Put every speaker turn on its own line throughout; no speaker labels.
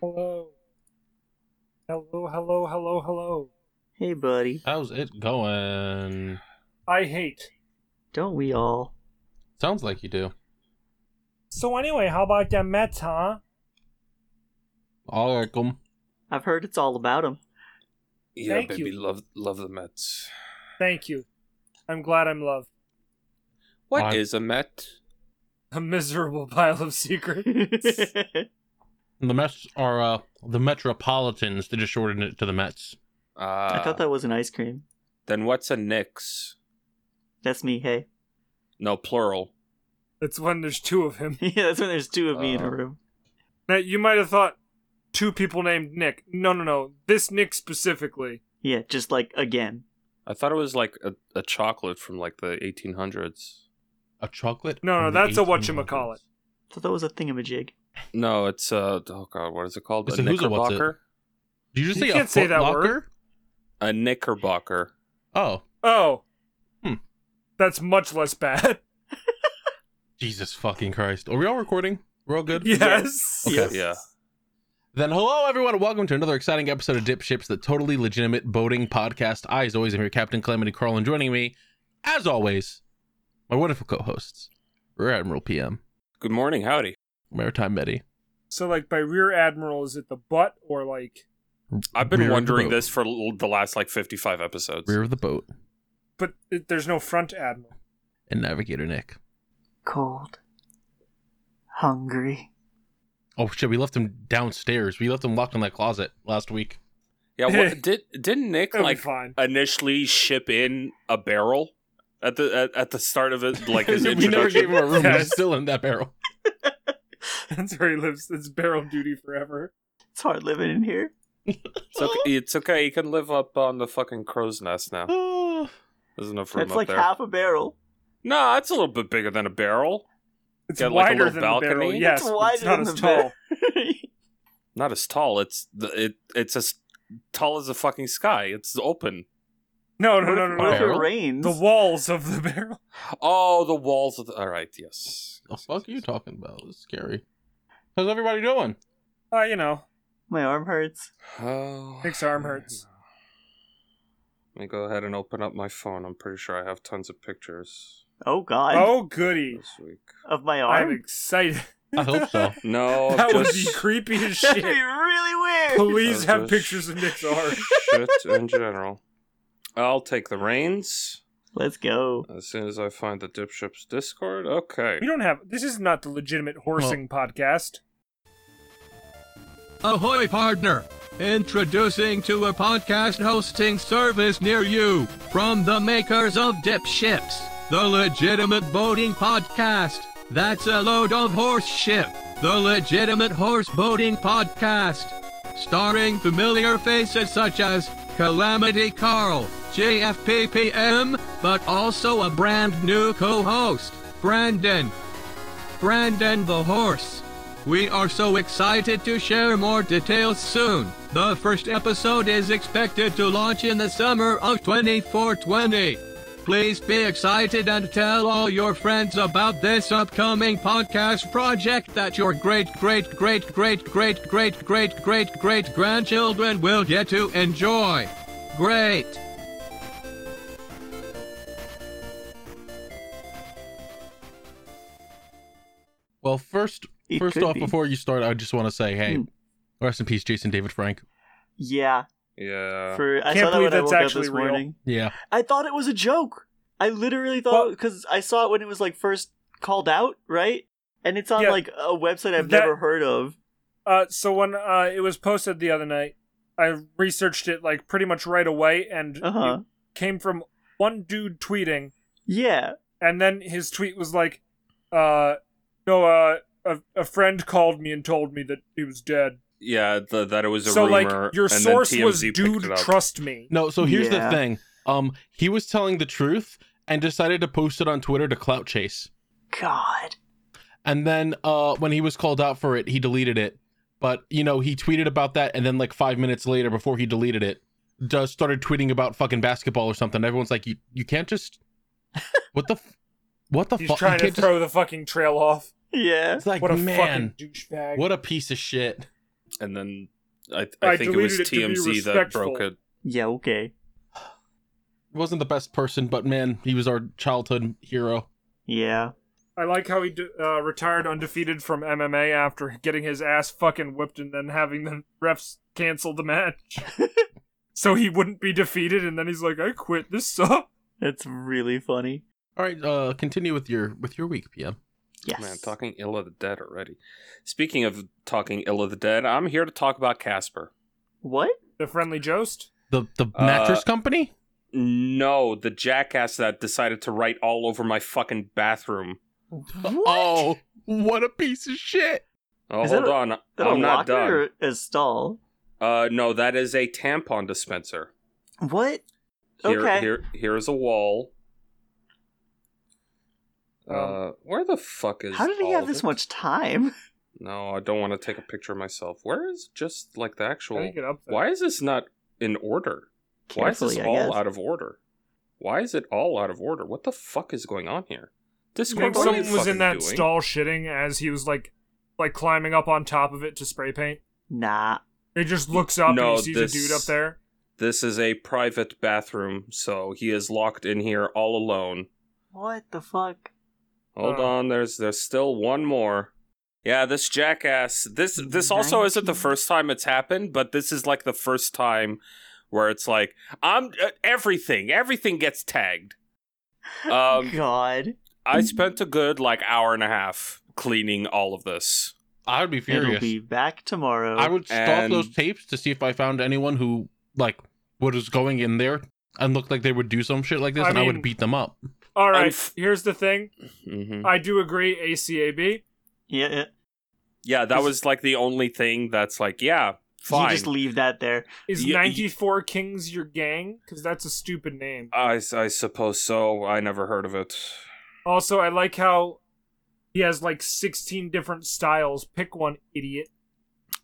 Hello. Hello, hello, hello, hello.
Hey, buddy.
How's it going?
I hate.
Don't we all?
Sounds like you do.
So anyway, how about them Mets, huh?
All right, come.
I've heard it's all about him.
Yeah,
Thank
baby,
you.
love love the Mets.
Thank you. I'm glad I'm loved.
What is
I-
a Met?
A miserable pile of secrets.
The Mets are uh, the Metropolitans. They just shortened it to the Mets.
Ah,
Uh.
I thought that was an ice cream.
Uh, Then what's a Knicks?
That's me, hey.
No, plural.
That's when there's two of him.
yeah, that's when there's two of me in
Uh.
a
Oh.
room.
Now, you might have thought two people named Nick. No, no, no. This Nick specifically.
Yeah, just like again.
I thought it was like a, a chocolate from like the 1800s.
A chocolate?
No, no,
from the
that's a
1800s.
whatchamacallit.
thought that was a thingamajig.
No, it's uh oh god, what is it called?
It's
a
a who's a what's it?
knickerbocker.
Did you just
You
say
can't
a
say that
footlocker?
word.
A knickerbocker.
Oh,
Oh.
Hmm.
That's much less bad.
Jesus fucking Christ. Are we all recording? We're all good?
yes.
Okay.
Yes.
Yeah.
Then hello everyone and welcome to another exciting episode of Dip Ships, the totally legitimate boating podcast. I, as always, am your Captain Calamity Carl, and joining me, as always, my wonderful co-hosts, Rear Admiral PM,
Good morning, howdy.
Maritime Medi.
So, like, by Rear Admiral, is it the butt or like.
I've been
rear of the
wondering
boat.
this for l- the last like 55 episodes.
Rear of the boat
But it, there's no front admiral.
and Navigator Nick.
Cold. Hungry.
Oh shit, we left him downstairs. We left him locked in that closet last week.
Yeah, what, did didn't Nick
It'll be
like
fine.
initially ship in a barrel at the at, at the start of it like his
we never gave
introduction?
him a room.
Yes.
He's still in that barrel.
That's where he lives. It's barrel duty forever.
It's hard living in here.
It's okay, it's okay. He can live up on the fucking crow's nest now.
Oh,
There's enough room
That's
up
like
there.
half a barrel.
No, it's a little bit bigger than a barrel.
It's
Got, like, a
wider
little
than
balcony?
the barrel.
It's
Yes,
it's
but
wider
it's not
than
as
the
tall.
barrel.
Not as tall. It's the, it it's as tall as the fucking sky. It's open.
No, no,
What
no,
if-
no,
What if
no.
it
Barrel?
rains?
The walls of the barrel.
Oh, the walls of the. All right, yes.
the fuck are you talking about? It's scary. How's everybody doing?
Oh, you know,
My arm hurts.
Oh,
Nick's arm hurts.
Let me go ahead and open up my phone. I'm pretty sure I have tons of pictures
Oh God.
oh, goody.
this week.
Of my
I'm
arm.
excited.
I hope so.
No,
that would be
Oh, just
creepy as
That'd be
shit.
really weird.
Please
That
have
was
pictures of Nick's arm.
shit in general. I'll take the reins
Let's go.
as soon as I find the dipships Discord. Okay.
We don't have. This is not the legitimate horsing podcast.
Ahoy, partner! Introducing to a podcast hosting service near you from the makers of Dip Ships, the legitimate boating podcast. That's a load of horse shit. The legitimate horse boating podcast. Starring familiar faces such as Calamity Carl, JFPPM, but also a brand new co host, Brandon. Brandon the Horse. We are so excited to share more details soon. The first episode is expected to launch in the summer of 2420. Please be excited and tell all your friends about this upcoming podcast project that your great great great great great great great great great grandchildren will get to enjoy. Great.
Well, first,
It
first
could
off,
be.
before you start, I just want to say, hey,
Hmm.
rest in peace, Jason David Frank.
Yeah.
Yeah.
For I
Uh. Can't
saw that
believe
when I
that's
woke up
actually
this
real.
morning.
Yeah,
I thought it was a joke. I literally thought
Well-
because I saw it when it was like first called out, right? And it's on
Yeah.
like a website I've
That-
never heard of.
Uh, so when uh, it was posted the other night, I researched it like pretty much right away, and
Uh huh.
it came from one dude tweeting,
Yeah.
and then his tweet was like, uh, no, uh, a, a friend called me and told me that he was dead.
Yeah, th- that it was a
So, like,
rumor.
your
and then
source was
TMZ picked
dude,
it up.
trust me.
No, so here's
Yeah.
the thing. Um, he was telling the truth and decided to post it on Twitter to clout chase.
God.
And then uh, when he was called out for it, he deleted it. But you know, he tweeted about that, and then like five minutes later, before he deleted it, just started tweeting about fucking basketball or something. Everyone's like, "You you can't just what the f- what the
He's
fuck?"
trying to
just-
throw the fucking trail off.
Yeah.
it's like,
What a
man,
fucking douchebag.
what a piece of shit.
And then I, I,
I
think it was
deleted it to be
TMZ that
respectful.
broke it.
Yeah, okay.
Wasn't the best person, but man, he was our childhood hero.
Yeah.
I like how he d- uh, retired undefeated from MMA after getting his ass fucking whipped and then having the refs cancel the match. so he wouldn't be defeated, and then he's like, I quit, this sucks.
That's really funny.
All right, uh, continue with your with your week, PM.
Yes.
Man, talking ill of the dead already. Speaking of talking ill of the dead, I'm here to talk about Casper.
What?
The friendly Jost?
The the
Uh,
mattress company.
No, the jackass that decided to write all over my fucking bathroom.
What?
Oh, what a piece of shit!
Oh,
Is that
hold
a-
on.
Is that a
I'm not
locker
done.
Or a stall.
Uh, no, that is a tampon dispenser.
What?
Here,
Okay.
here, here is a wall. Uh, where the fuck is?
How did he
all
have
of
this
it?
much time?
No, I don't want to take a picture of myself. Where is just like the
How do
actual?
you get up there?
Why is this not in order? Why is this
Carefully, I
all
guess.
out of order? Why is it all out of order? What the fuck is going on here? This
I think
What are you
someone was in that
doing?
stall shitting as he was like, like climbing up on top of it to spray paint.
Nah.
He just looks up
No,
and he sees
this-
a dude up there.
This is a private bathroom, so he is locked in here all alone.
What the fuck?
Hold
Oh.
on, there's there's still one more. Yeah, this jackass. This this also isn't the
Nineteen.
first time it's happened, but this is like the first time where it's like I'm uh, everything, everything gets tagged. Um,
God.
I spent a good like hour and a half cleaning all of this.
I would be furious.
It'll be back tomorrow.
I would stalk
And-
those tapes to see if I found anyone who like what is going in there and looked like they would do some shit like this,
I
and I
mean-
would beat them up.
All right,
Unf-
here's the thing.
Mm-hmm.
I do agree, ACAB.
Yeah, yeah.
Yeah, that was like the only thing that's like, yeah, fine.
You just leave that there.
Is
Y- y-
94 Kings your gang? Because that's a stupid name.
I s- I suppose so. I never heard of it.
Also, I like how he has like 16 different styles. Pick one, idiot.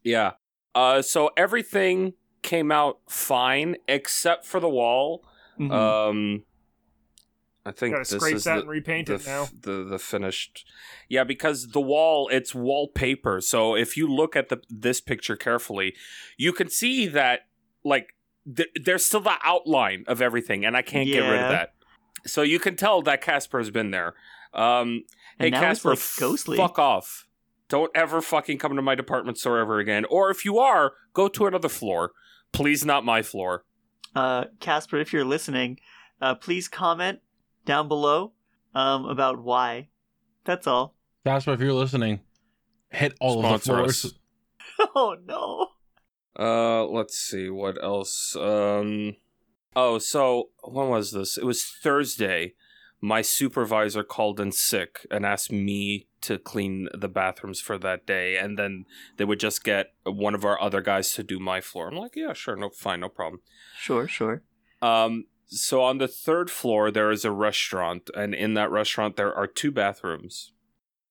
Yeah. Uh, so everything came out fine except for the wall.
Mhm.
Um, I think
Mm-hmm. Gotta
this
scrape
is
that
the,
and repaint
the
it now.
f- The the finished, yeah, because the wall it's wallpaper. So if you look at the this picture carefully, you can see that like th- there's still the outline of everything, and I can't get rid
Yeah.
of that. So you can tell that Casper's been there. Um, hey
And now it's,
Casper,
like, ghostly.
fuck off! Don't ever fucking come to my department store ever again. Or if you are, go to another floor. Please, not my floor.
uh, Casper, if you're listening, uh, please comment down below um, about why. That's all.
That's why if you're listening, hit all
Sponsor
of the
us.
floors.
oh no.
Uh, let's see what else. Um, oh, so when was this? It was Thursday. My supervisor called in sick and asked me to clean the bathrooms for that day, and then they would just get one of our other guys to do my floor. I'm like, yeah, sure, no, fine, no problem.
Sure, sure.
Um, so on the third floor there is a restaurant, and in that restaurant there are two bathrooms.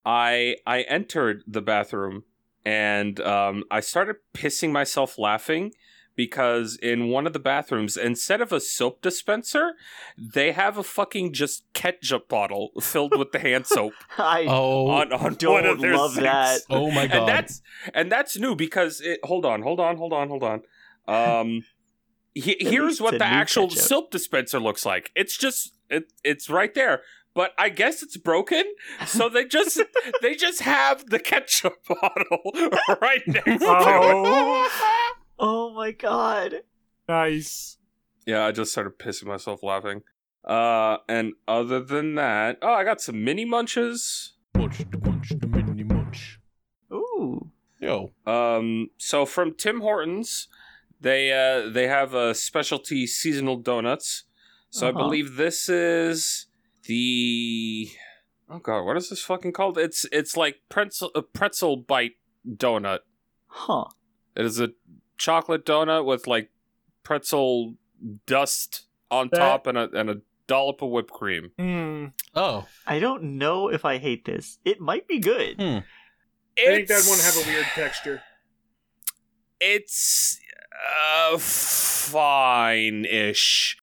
I I entered the bathroom and um, I started pissing myself laughing because in one of the bathrooms instead of a soap dispenser they have a fucking just ketchup bottle filled with the hand soap
I
Oh,
on, on one of
don't
their
love
sinks.
that.
oh my god!
And that's and that's new because it, hold on, hold on, hold on, hold on. Um, he,
At
here's
least
what
it's
the
a new
actual
ketchup.
soap dispenser looks like. It's just it, it's right there. But I guess it's broken, so they just they just have the ketchup bottle right next to
Oh.
it.
Oh my god.
Nice.
Yeah, I just started pissing myself laughing. Uh, and other than that, oh, I got some mini munches.
munch, the munch, the mini munch.
Ooh.
Yo,
Um, so from Tim Hortons, they uh, they have a specialty seasonal donuts. So I
Uh-huh.
believe this is the oh god, what is this fucking called? It's it's like pretzel a pretzel bite donut.
Huh.
It is a chocolate donut with like pretzel dust on
That-
top and a and a dollop of whipped cream.
Hmm.
Oh,
I don't know if I hate this. It might be good.
hmm.
I think that one have
It's-
a weird texture.
It's uh, fine-ish.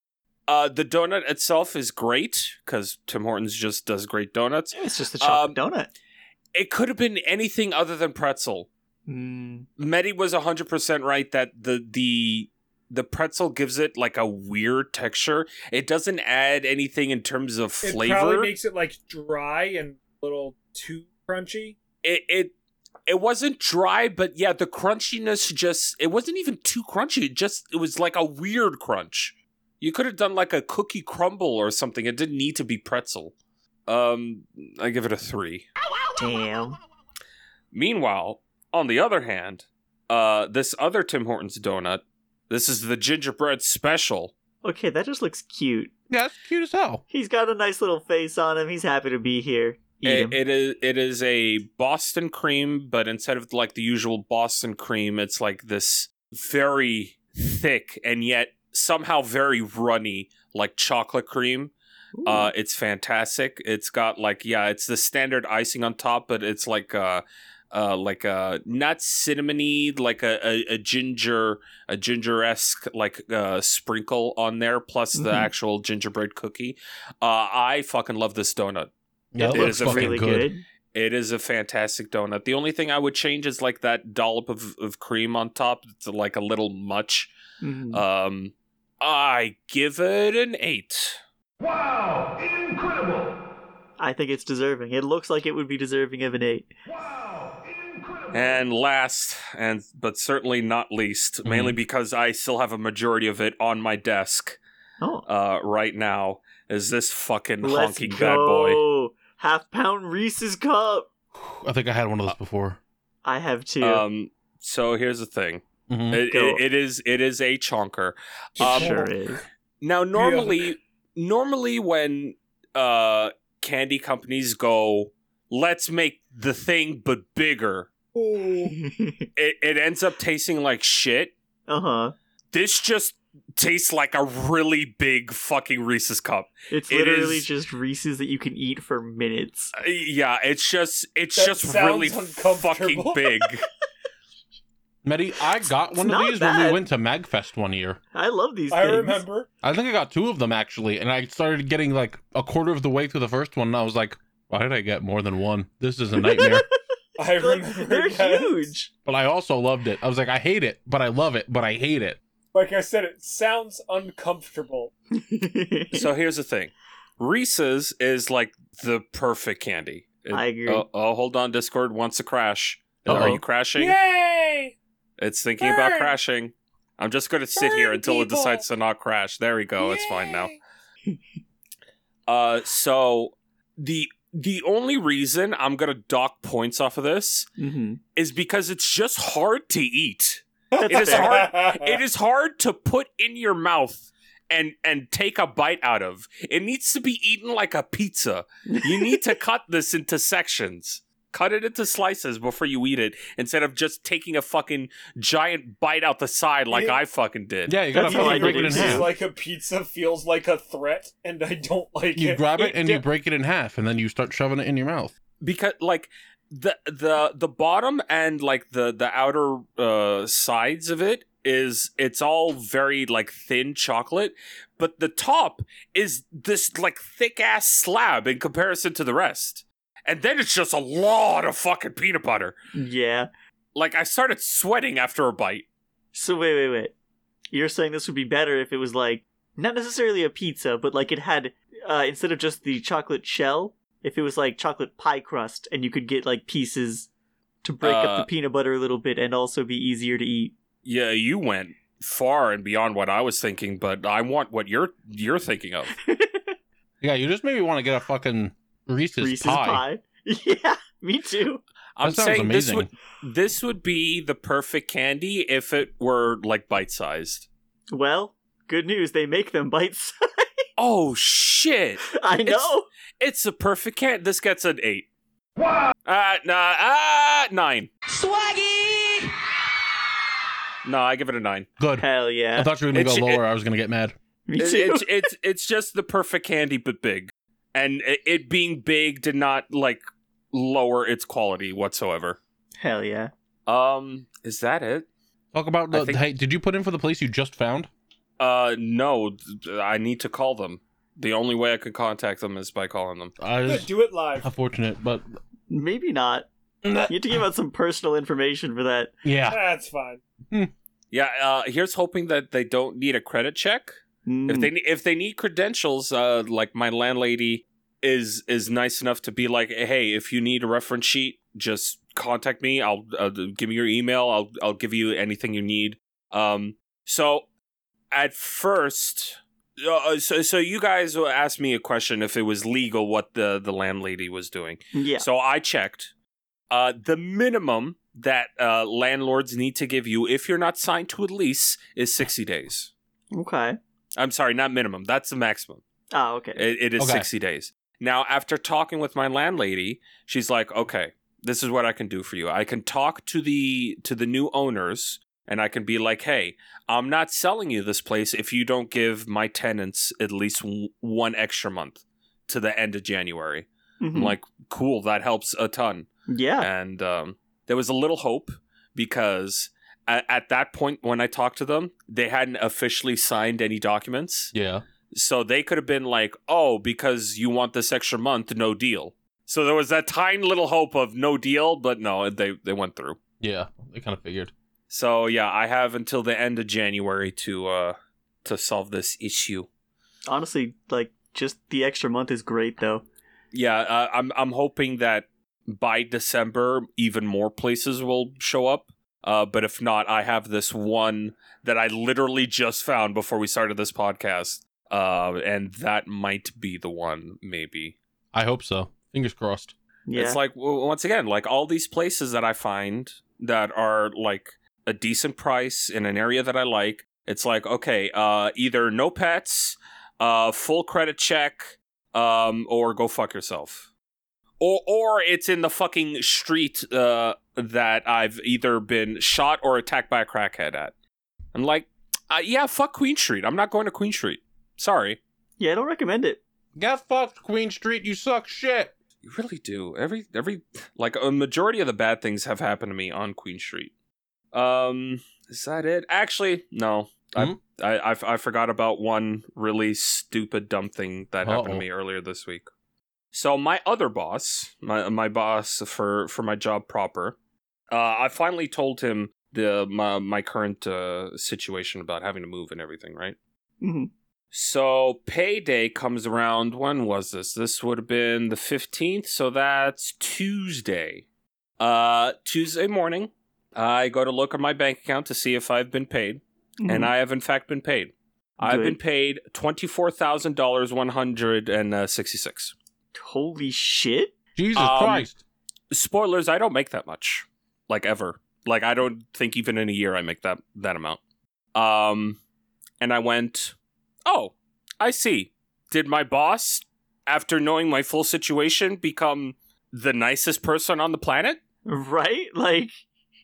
Uh, the donut itself is great because Tim Hortons just does great donuts.
It's just a chocolate
Um,
donut.
It could have been anything other than pretzel.
Mm,
Medi was 100% right that the the the pretzel gives it like a weird texture. It doesn't add anything in terms of
It
flavor.
probably makes it like dry and a little too crunchy.
it, it it wasn't dry, but yeah, the crunchiness just it wasn't even too crunchy. It just it was like a weird crunch. You could have done like a cookie crumble or something. It didn't need to be pretzel. Um I give it a 3.
damn.
Meanwhile, on the other hand, uh this other Tim Hortons donut, this is the gingerbread special.
Okay, that just looks cute.
yeah, that's cute as hell.
He's got a nice little face on him. He's happy to be here. Eat him.
It, it is it is a Boston cream, but instead of like the usual Boston cream, it's like this very thick and yet somehow very runny, like chocolate cream.
Ooh.
Uh, it's fantastic. It's got like yeah, it's the standard icing on top, but it's like uh, uh, like uh, not cinnamony, like a, a, a ginger, a ginger esque like uh, sprinkle on there, plus the
Mhm.
actual gingerbread cookie. Uh, I fucking love this donut.
Yeah,
It
that
is
looks
a
fucking
really
good.
good.
It is a fantastic donut. The only thing I would change is like that dollop of, of cream on top. It's like a little much.
Mhm.
Um, I give it an eight.
Wow! Incredible!
I think it's deserving. It looks like it would be deserving of an eight.
Wow! Incredible!
And last, and but certainly not least,
Mm-hmm.
mainly because I still have a majority of it on my desk
Oh,
uh, right now, is this fucking
let's
honking bad boy.
go. Half pound Reese's cup.
I think I had one of those before.
I have two.
Um, so here's the thing.
Mhm.
It,
Go.
it, it is it is a chonker.
It
Um,
sure is.
Now, normally, normally when uh, candy companies go, let's make the thing but bigger, it, it ends up tasting like shit.
uh huh.
This just tastes like a really big fucking Reese's cup.
It's
It
literally
is-
just Reese's that you can eat for minutes.
Uh, yeah, it's just it's
That
just
sounds
really fucking
uncomfortable.
big.
Medi, I got
it's
one of
not
these when
bad.
we went to Magfest one year.
I love these
I
things.
remember.
I think I got two of them actually, and I started getting like a quarter of the way through the first one, and I was like, "Why did I get more than one? This is a nightmare."
I
Like,
remember.
they're
that.
huge.
but I also loved it. I was like, "I hate it, but I love it, but I hate it."
Like I said, it sounds uncomfortable.
so here's the thing, Reese's is like the perfect candy. It-
I agree.
Oh, oh, hold on, Discord wants to crash. Are
Uh-oh.
you crashing?
Yay!
It's thinking about
Burn.
crashing. I'm just going to sit here
Burn,
until it
people.
decides to not crash. There we go. Oh, It's fine now.
Yay!
Uh, so the the only reason I'm going to dock points off of this
Mhm.
is because it's just hard to eat.
That's
It is
fair.
hard.
Uh.
It is hard to put in your mouth and and take a bite out of. It needs to be eaten like a pizza. You need to cut this into sections. Cut it into slices before you eat it instead of just taking a fucking giant bite out the side like
Yeah.
I fucking did.
Yeah, you gotta
That's how I
fucking break
did
it in
This
it,
is
half.
too.
like a pizza feels like a threat, and I don't like
you
it.
grab it and you break it in half, and then you start shoving it in your mouth.
because like the the the bottom and like the the outer uh sides of it is it's all very like thin chocolate but the top is this like thick ass slab in comparison to the rest and then it's just a lot of fucking peanut butter
yeah.
like i started sweating after a bite
So wait, wait, wait. You're saying this would be better if it was like not necessarily a pizza, but like it had uh, instead of just the chocolate shell, if it was like chocolate pie crust, and you could get like pieces to break up
Uh,
the peanut butter a little bit and also be easier to eat.
yeah you went far and beyond what i was thinking but i want what you're you're thinking of
Yeah, you just maybe want to get a fucking Reese's,
Reese's
pie.
pie. Yeah, me too.
i'm
that sounds
saying this
amazing.
would this would be the perfect candy if it were like bite-sized
Well, good news, they make them bite sized.
Oh shit!
I know.
It's a perfect can. This gets an eight.
Wow!
Uh, nah, uh, nine.
Swaggy!
No, I give it a nine.
Good.
Hell
I
yeah.
thought you were gonna
It's-
go lower. I was gonna get mad.
Me
It-
too.
It's it's it's just the perfect candy, but big, and it, it being big did not like lower its quality whatsoever.
Hell yeah.
Um, is that it?
Talk about
I
the.
think-
Hey, did you put in for the place you just found?
Uh, no, th- I need to call them. The only way I could contact them is by calling them.
I
Good,
was
do it live.
unfortunate, but
Maybe not. You have to give out some personal information for that.
yeah.
That's fine.
Yeah, uh, here's hoping that they don't need a credit check. If
Mm.
they ne- if they need credentials, uh, like my landlady is is nice enough to be like, hey, if you need a reference sheet, just contact me. I'll uh, give me your email. I'll I'll give you anything you need. Um, so at first, uh, so so you guys asked me a question if it was legal what the the landlady was doing.
yeah.
So I checked. Uh, the minimum that uh, landlords need to give you if you're not signed to a lease is 60 days.
Okay.
I'm sorry, not minimum. That's the maximum.
Oh, okay.
It, it is
Okay.
60 days. Now, after talking with my landlady, she's like, "Okay, this is what I can do for you. I can talk to the to the new owners and I can be like, "Hey, I'm not selling you this place if you don't give my tenants at least w- one extra month to the end of January."
Mhm.
I'm like, "Cool, that helps a ton."
yeah.
and um, there was a little hope because at, at that point when i talked to them they hadn't officially signed any documents
Yeah.
so they could have been like oh because you want this extra month no deal so there was that tiny little hope of no deal but no they, they went through
Yeah. I kind of figured.
so yeah i have until the end of january to uh to solve this issue
Honestly, like, just the extra month is great, though.
yeah uh, i'm i'm hoping that by december even more places will show up uh, but if not i have this one that i literally just found before we started this podcast uh, and that might be the one maybe
I hope so. Fingers crossed.
Yeah.
it's like w- once again like all these places that i find that are like a decent price in an area that i like it's like okay uh, either no pets uh, full credit check um, or go fuck yourself or or it's in the fucking street uh, that i've either been shot or attacked by a crackhead at i'm like uh, yeah fuck queen street i'm not going to queen street sorry
yeah, I don't recommend it.
Get fucked, Queen Street. You suck shit.
You really do. Every every like a majority of the bad things have happened to me on Queen Street. Um, is that it? Actually, no.
Hmm?
I, I I I forgot about one really stupid dumb thing that happened to
Uh-oh.
me earlier this week. So my other boss, my my boss for for my job proper, uh, I finally told him the my my current uh, situation about having to move and everything, right?
hmm
So payday comes around. When was this? This would have been the 15th. So that's Tuesday. Uh, Tuesday morning, I go to look at my bank account to see if I've been paid. And I have, in fact, been paid. I've
Mm-hmm. Good.
been paid $24,166.
Holy shit.
Jesus
Um,
Christ.
Spoilers, I don't make that much. Like, ever. Like, I don't think even in a year I make that, that amount. Um, and I went, Oh, I see. Did my boss, after knowing my full situation, become the nicest person on the planet?
Right? Like,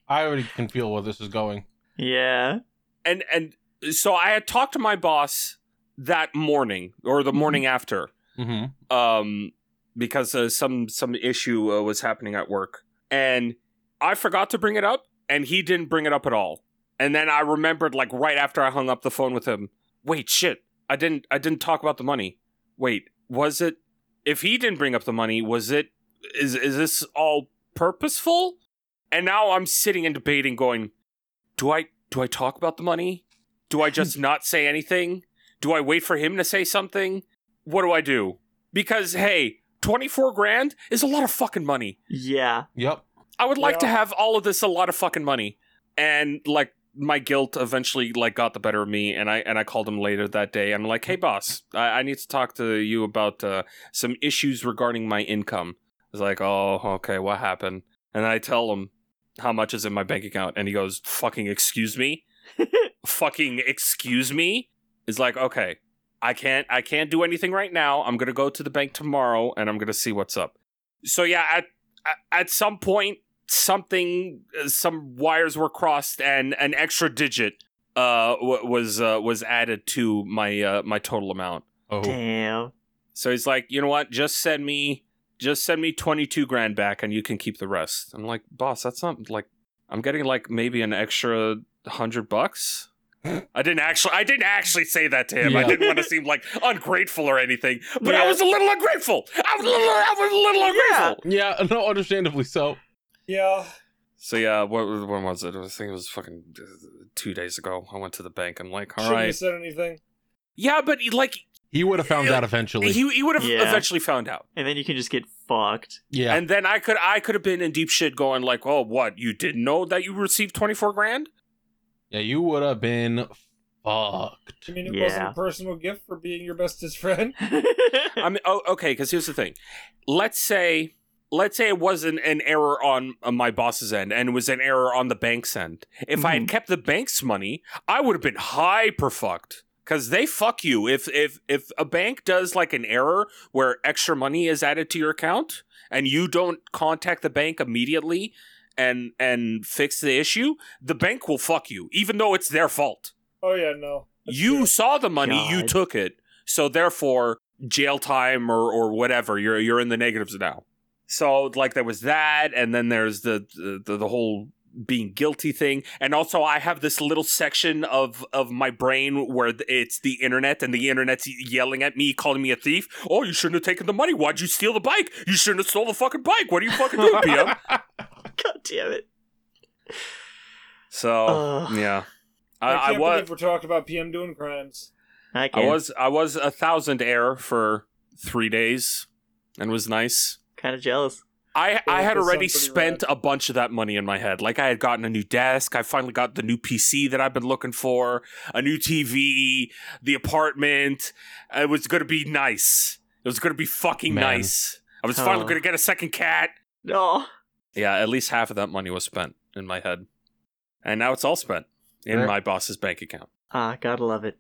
I already can feel where this is going.
yeah.
And and so I had talked to my boss that morning or the morning after,
Mm-hmm.
um, because uh, some some issue uh, was happening at work, and I forgot to bring it up, and he didn't bring it up at all. And then I remembered, like right after I hung up the phone with him, wait, shit, I didn't I didn't talk about the money. Wait, was it? If he didn't bring up the money, was it? Is is this all purposeful? And now I'm sitting and debating, going, do I do I talk about the money? Do I just not say anything? Do I wait for him to say something? What do I do? Because hey, 24 grand is a lot of fucking money.
Yeah.
Yep.
I would like to
Yeah.
have all of this a lot of fucking money. And like my guilt eventually like got the better of me and I and I called him later that day. I'm like, hey boss, I, I need to talk to you about uh, some issues regarding my income. He's like, oh, okay, what happened? And I tell him how much is in my bank account, and he goes, fucking excuse me? fucking excuse me? It's like, okay, I can't I can't do anything right now. I'm gonna go to the bank tomorrow and I'm gonna see what's up. So yeah, at at- at some point something uh, some wires were crossed and an extra digit uh wa- was uh, was added to my uh, my total amount.
Oh,
Damn.
So he's like, you know what? Just send me, just send me twenty two grand back, and you can keep the rest. I'm like, boss, that's not like I'm getting like maybe an extra hundred bucks. I didn't actually, I didn't actually say that to him. I
Yeah.
didn't want to seem like ungrateful or anything, but I
Yeah.
was a little ungrateful. I was a little, I was a little ungrateful.
yeah, no, understandably so.
Yeah.
So yeah, what when was it? I think it was fucking uh, two days ago. I went to the bank. I'm like, all
Shouldn't have
right,
said anything.
yeah, but like
He would have found out eventually.
he he would have
Yeah.
eventually found out.
And then you can just get fucked.
yeah,
And then I could I could have been in deep shit going like, oh what, you didn't know that you received twenty four grand?
yeah, you would have been fucked.
I mean, it
Yeah.
wasn't a personal gift for being your bestest friend.
I mean oh okay, because here's the thing. Let's say let's say it wasn't an error on on my boss's end and it was an error on the bank's end. If I had
Mhm.
kept the bank's money, I would have been hyper fucked. Cause they fuck you. If if if a bank does like an error where extra money is added to your account and you don't contact the bank immediately and and fix the issue, the bank will fuck you, even though it's their fault.
Oh yeah, no. That's
you
true.
saw the money, you
God.
took it. So therefore, jail time or or whatever. You're you're in the negatives now. So like there was that, and then there's the the, the whole being guilty thing and also i have this little section of of my brain where th- it's the internet and the internet's yelling at me calling me a thief oh you shouldn't have taken the money why'd you steal the bike you shouldn't have stole the fucking bike what are you fucking doing pm
God damn it.
so
Ugh.
yeah
Uh, I,
i, I,
can't
was
believe we're talking about PM doing crimes.
I
I
can.
was I was a thousand air for three days, and was nice.
kind of jealous.
I I had
that sounds
already
pretty
spent
rad.
a bunch of that money in my head. Like I had gotten a new desk. I finally got the new PC that I've been looking for, a new TV, the apartment. It was gonna be nice. It was gonna be fucking
Man.
nice. I was finally
Huh.
gonna get a second cat.
No.
Yeah, at least half of that money was spent in my head, and now it's all spent in
Right.
my boss's bank account.
Ah, gotta love it.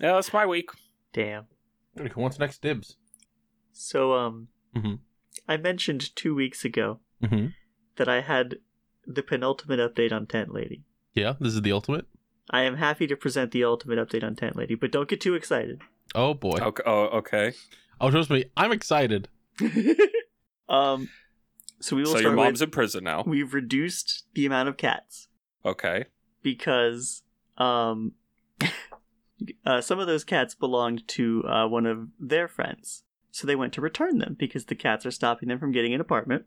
Yeah, that's my week.
Damn.
Who wants next dibs?
So, um,
Mm-hmm.
Mhm.
I mentioned two weeks ago
Mm-hmm.
that I had the penultimate update on Tent Lady.
Yeah, this is the ultimate.
I am happy to present the ultimate update on Tent Lady, but don't get too excited.
Oh boy.
Okay. Oh, okay.
Oh, trust me, I'm excited.
um, so we will
So
start
your mom's
with
in prison now.
we've reduced the amount of cats
Okay.
because um, uh, some of those cats belonged to uh, one of their friends. So they went to return them because the cats are stopping them from getting an apartment.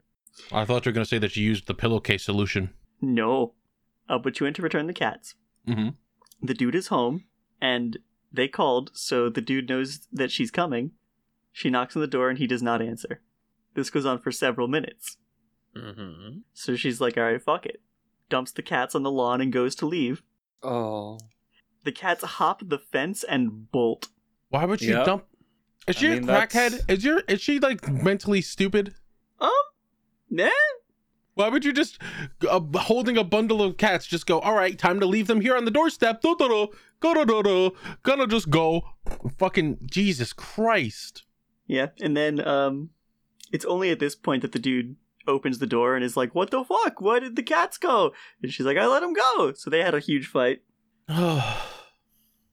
I thought you were gonna say that you used the pillowcase solution.
No. Uh, but you went to return the cats.
Mm-hmm.
The dude is home, and they called, so the dude knows that she's coming. She knocks on the door, and he does not answer. This goes on for several minutes.
Mm-hmm.
So she's like, all right, fuck it. Dumps the cats on the lawn and goes to leave.
Oh.
The cats hop the fence and bolt.
Why would you
Yep.
dump? Is
I
she
mean,
a
that's-
crackhead? Is your is she like mentally stupid?
Um, nah.
Why would you just uh, holding a bundle of cats just go? All right, time to leave them here on the doorstep. Do do do, go do do gonna just go. Fucking Jesus Christ!
Yeah, and then um, it's only at this point that the dude opens the door and is like, what the fuck? Where did the cats go? And she's like, I let them go. So they had a huge fight.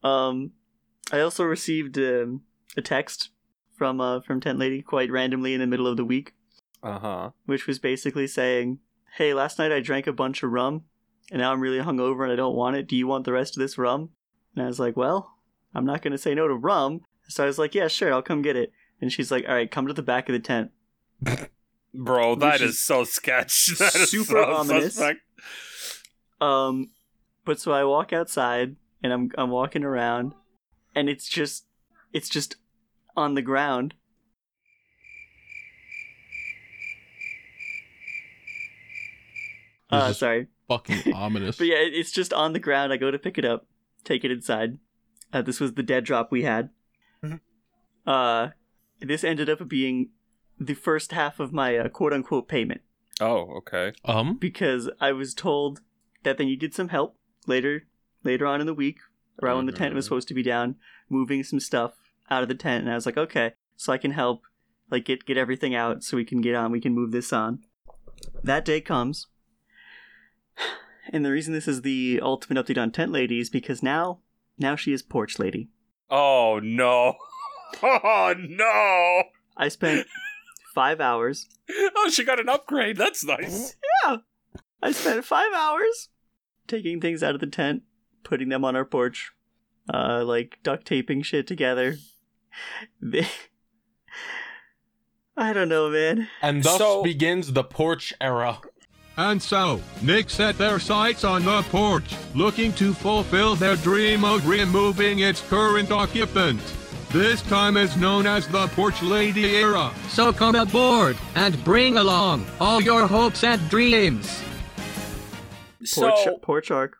Um, I also received um, a text from uh, from Tent Lady quite randomly in the middle of the week,
Uh huh.
which was basically saying, "Hey, last night I drank a bunch of rum, and now I'm really hungover and I don't want it. Do you want the rest of this rum?" And I was like, "Well, I'm not gonna say no to rum." So I was like, "Yeah, sure, I'll come get it." And she's like, "All right, come to the back of the tent."
Bro,
Which
that
is
is, so sketch. That is
super
so
ominous.
suspect.
Um, but so I walk outside and I'm I'm walking around, and it's just it's just on the ground.
This
Uh,
is
sorry,
Fucking ominous.
but yeah, it- it's just on the ground. I go to pick it up, take it inside. Uh, this was the dead drop we had.
Mhm.
Uh, this ended up being the first half of my uh, quote unquote payment
Oh, okay.
Um.
because I was told that they needed some help later later on in the week, around when the tent was
Mhm.
supposed to be down. moving some stuff out of the tent, and I was like, okay, so I can help, like get get everything out, so we can get on, we can move this on. That day comes, and the reason this is the ultimate update on Tent Lady is because now, now she is Porch Lady.
Oh no. Oh no.
I spent five hours.
Oh, she got an upgrade. That's nice.
I spent five hours taking things out of the tent, putting them on our porch, uh, like duct taping shit together. They- I don't know, man.
And thus
thus So-
begins the porch era.
And so, Nick set their sights on the porch, looking to fulfill their dream of removing its current occupant. This time is known as the Porch Lady Era. So come aboard and bring along all your hopes and dreams.
Porch,
So
porch arc.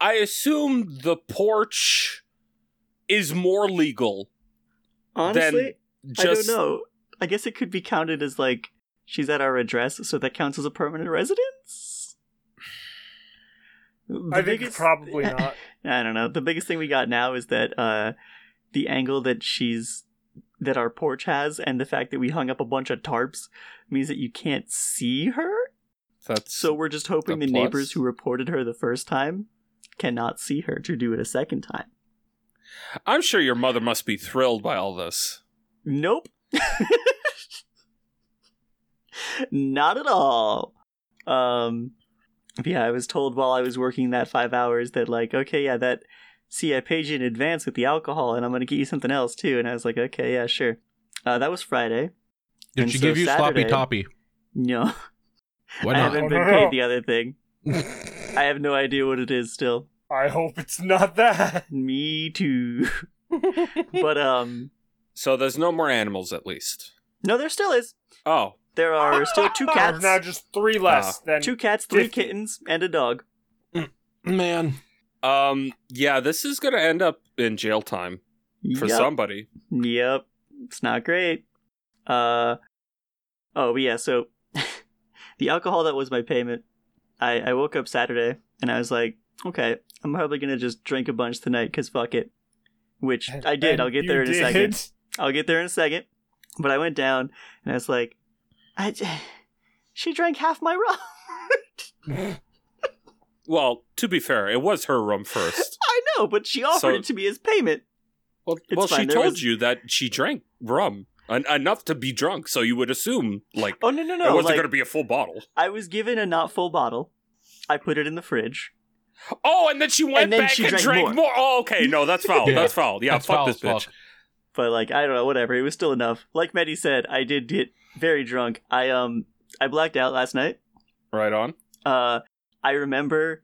I assume the porch is more legal.
Honestly,
Just
I don't know. I guess it could be counted as like she's at our address, so that counts as a permanent residence. The
I think
biggest-
probably not.
I don't know. The biggest thing we got now is that uh, the angle that she's that our porch has, and the fact that we hung up a bunch of tarps means that you can't see her.
that's
So we're just hoping
A
the neighbors
plus.
who reported her the first time cannot see her to do it a second time.
I'm sure your mother must be thrilled by all this.
Nope. Not at all. Um yeah, I was told while I was working that 5 hours that like, okay, yeah, that see I paid you in advance with the alcohol and I'm going to get you something else too and I was like, okay, yeah, sure. Uh that was Friday.
Did
And
she
so
give you
Saturday-
sloppy toppy?
No.
Why
I
not?
haven't been
Oh, no.
paid the other thing. I have no idea what it is still.
I hope it's not that.
Me too. but um
So there's no more animals, at least.
no, there still is.
Oh,
There are still two cats. Ah.
There's now just three less than
Two cats, three
Fifty.
kittens, and a dog.
Man.
um, yeah, this is gonna end up in jail time for
Yup.
somebody.
Yep. It's not great. Uh oh but yeah, so the alcohol that was my payment. I, I woke up Saturday and I was like, okay, I'm probably gonna just drink a bunch tonight because fuck it. Which I did.
And
I'll get
you
there in a second.
did.
I'll get there in a second. But I went down and I was like, I, she drank half my rum.
Well, to be fair, it was her room first.
I know, but she offered
So-
it to me as payment.
Well,
It's
well,
fine,
she
there
told
was-
you that she drank rum en- enough to be drunk, so you would assume like
Oh no no
it
no!
wasn't
Like,
gonna be a full bottle.
I was given a not full bottle. I put it in the fridge.
Oh, and then she went
And then
back
she
and
drank
drank, more. Oh, okay, no, that's foul.
Yeah.
That's foul. Yeah,
That's
fuck
foul
this
as fuck.
bitch.
but like I don't know, whatever. It was still enough. Like Medi said, I did get very drunk. I um I blacked out last night.
Right on.
Uh, I remember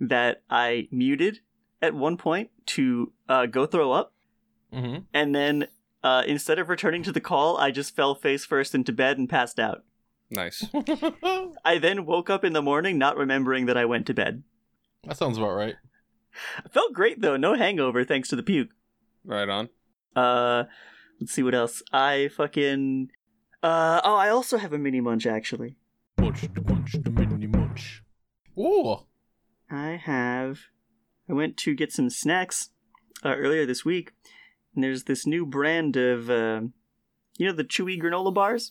that I muted at one point to uh, go throw up,
Mhm.
and then uh, instead of returning to the call, I just fell face first into bed and passed out.
Nice.
I then woke up in the morning not remembering that I went to bed.
That sounds about right.
I felt great though, no hangover thanks to the puke.
Right on.
Uh, let's see what else. I fucking. Uh, oh, I also have a mini munch actually.
Munch, the munch, the mini munch. Ooh.
I have. I went to get some snacks uh, earlier this week, and there's this new brand of, uh, you know, the chewy granola bars.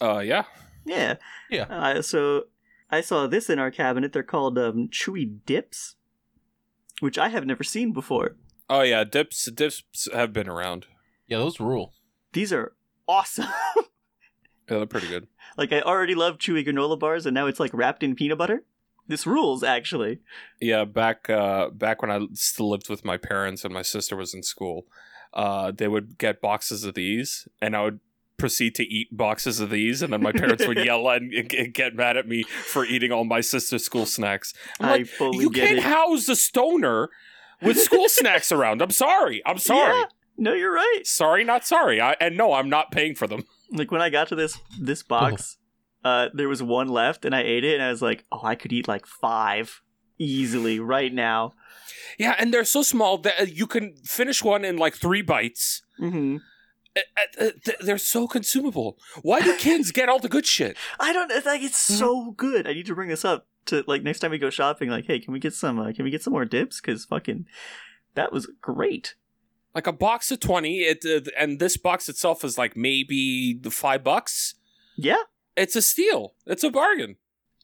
Uh, yeah.
Yeah.
Yeah.
Uh, so I saw this in our cabinet. They're called um, Chewy Dips, which I have never seen before.
Oh yeah, dips dips have been around.
Yeah, those rule.
These are awesome.
Yeah, they're pretty good.
like I already love chewy granola bars, and now it's like wrapped in peanut butter. This rules, actually.
Yeah, back uh, back when I still lived with my parents and my sister was in school, uh, they would get boxes of these, and I would proceed to eat boxes of these, and then my parents would yell and, and get mad at me for eating all my sister's school snacks. I'm
I
like,
fully
you
get
can't
it.
house a stoner with school snacks around. I'm sorry. I'm sorry.
Yeah. No, you're right.
Sorry, not sorry. I, and no, I'm not paying for them.
like when I got to this this box, uh, there was one left, and I ate it, and I was like, "Oh, I could eat like five easily right now."
Yeah, and they're so small that uh, you can finish one in like three bites.
hmm
Uh, uh, th- They're so consumable. Why do kids get all the good shit?
I don't. It's like it's so good. I need to bring this up to like next time we go shopping. Like, hey, can we get some? Uh, can we get some more dips? Because fucking, that was great.
like a box of 20 it uh, and this box itself is like maybe the 5 bucks
Yeah.
it's a steal it's a bargain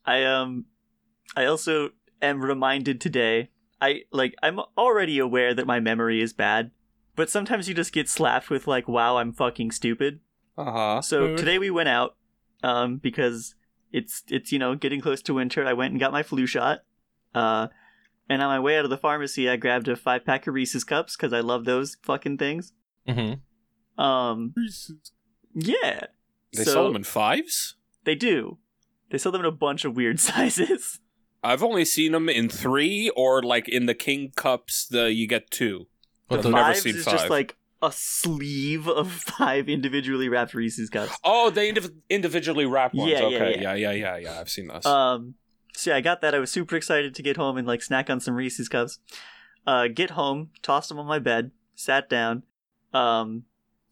I um I also am reminded today I like I'm already aware that my memory is bad, but sometimes you just get slapped with like wow, I'm fucking stupid.
uh-huh
So
Food.
today we went out um, because it's it's you know getting close to winter. I went and got my flu shot, uh, and on my way out of the pharmacy, I grabbed a five pack of Reese's cups because I love those fucking things.
Mm-hmm.
Um, yeah,
they
so-
sold them in fives
they do. They sell them in a bunch of weird sizes.
i've only seen them in 3 or like in the king cups the you get 2
What
The
the,
Never
Fives
seen
is
five.
just like a sleeve of five individually wrapped Reese's cups.
oh they indiv- individually wrap ones
Yeah, yeah,
okay yeah
yeah.
yeah yeah yeah i've seen those
Um, so yeah, I got that. I was super excited to get home and like snack on some Reese's cups. Uh, get home, tossed them on my bed, sat down, um,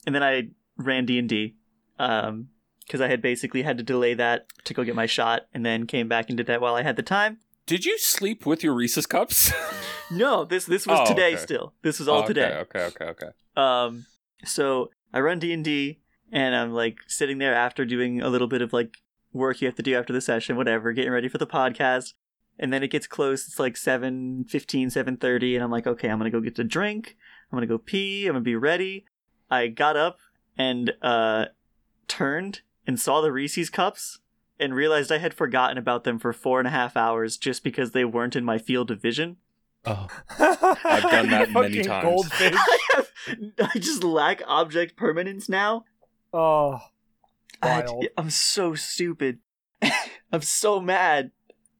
and then I ran D and D because I had basically had to delay that to go get my shot, and then came back and did that while I had the time.
did you sleep with your reese's cups
No, this this was
Oh,
today.
okay.
Still, this was all
okay,
today.
okay okay okay
Um, so I run D and D, and I'm like sitting there after doing a little bit of like work you have to do after the session, whatever, getting ready for the podcast. And then it gets close. It's like 7.15, 7.30, and I'm like, okay, I'm gonna go get a drink. I'm gonna go pee. I'm gonna be ready. I got up and uh, turned and saw the Reese's cups and realized I had forgotten about them for four and a half hours just because they weren't in my field of vision.
oh,
I've
done that many times.
Goldfish.
I have, I just lack object permanence now.
Oh,
I-
Wild.
I'm so stupid. I'm so mad.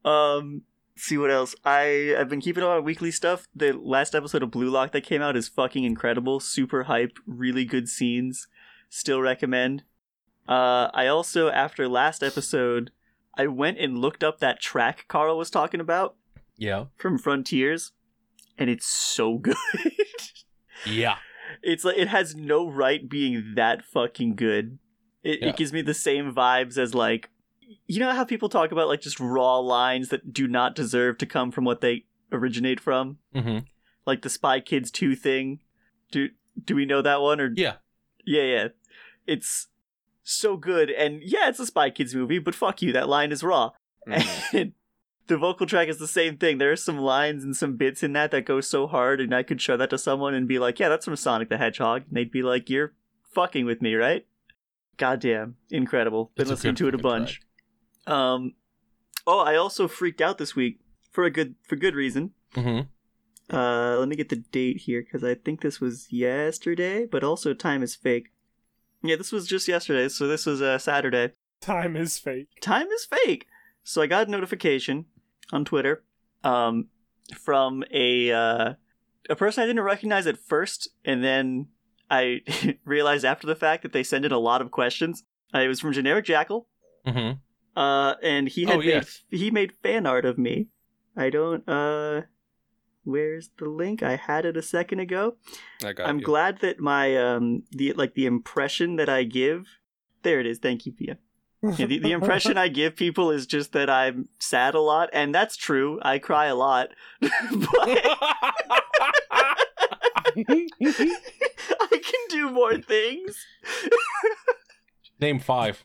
Um, see what else? I I've been keeping a lot of weekly stuff. The last episode of Blue Lock that came out is fucking incredible. Super hype. Really good scenes. Still recommend. Uh, I also after last episode, I went and looked up that track Carl was talking about
yeah,
from Frontiers, and it's so good.
yeah.
It's like it has no right being that fucking good. It,
Yeah.
it gives me the same vibes as like you know how people talk about like just raw lines that do not deserve to come from what they originate from,
Mm-hmm.
like the Spy Kids 2 thing. Do do we know that one or
Yeah.
Yeah, yeah. It's so good and yeah, it's a Spy Kids movie, but fuck you, that line is raw.
Mm-hmm.
And the vocal track is the same thing. There are some lines and some bits in that that go so hard, and I could show that to someone and be like, yeah, that's from Sonic the Hedgehog. And they'd be like, you're fucking with me, right? Goddamn. Incredible. Been
It's a
listening
good
to it a
fucking
bunch. Um, oh, I also freaked out this week for a good for good reason.
Mm-hmm.
Uh, let me get the date here because I think this was yesterday, but also time is fake. Yeah, this was just yesterday, so this was uh, Saturday
time is fake.
time is fake. So I got a notification on Twitter um, from a uh, a person I didn't recognize at first, and then I realized after the fact that they sent in a lot of questions. Uh, it was from Generic Jackal,
Mm-hmm.
uh, and he had
Oh,
made,
yes.
he made fan art of me. I don't. Uh, where's the link? I had it a second ago.
I got
I'm
you.
glad that my um the like the impression that I give. There it is. Thank you, Pia. Yeah, the, the impression I give people is just that I'm sad a lot, and that's true. I cry a lot, but I can do more things.
Name five.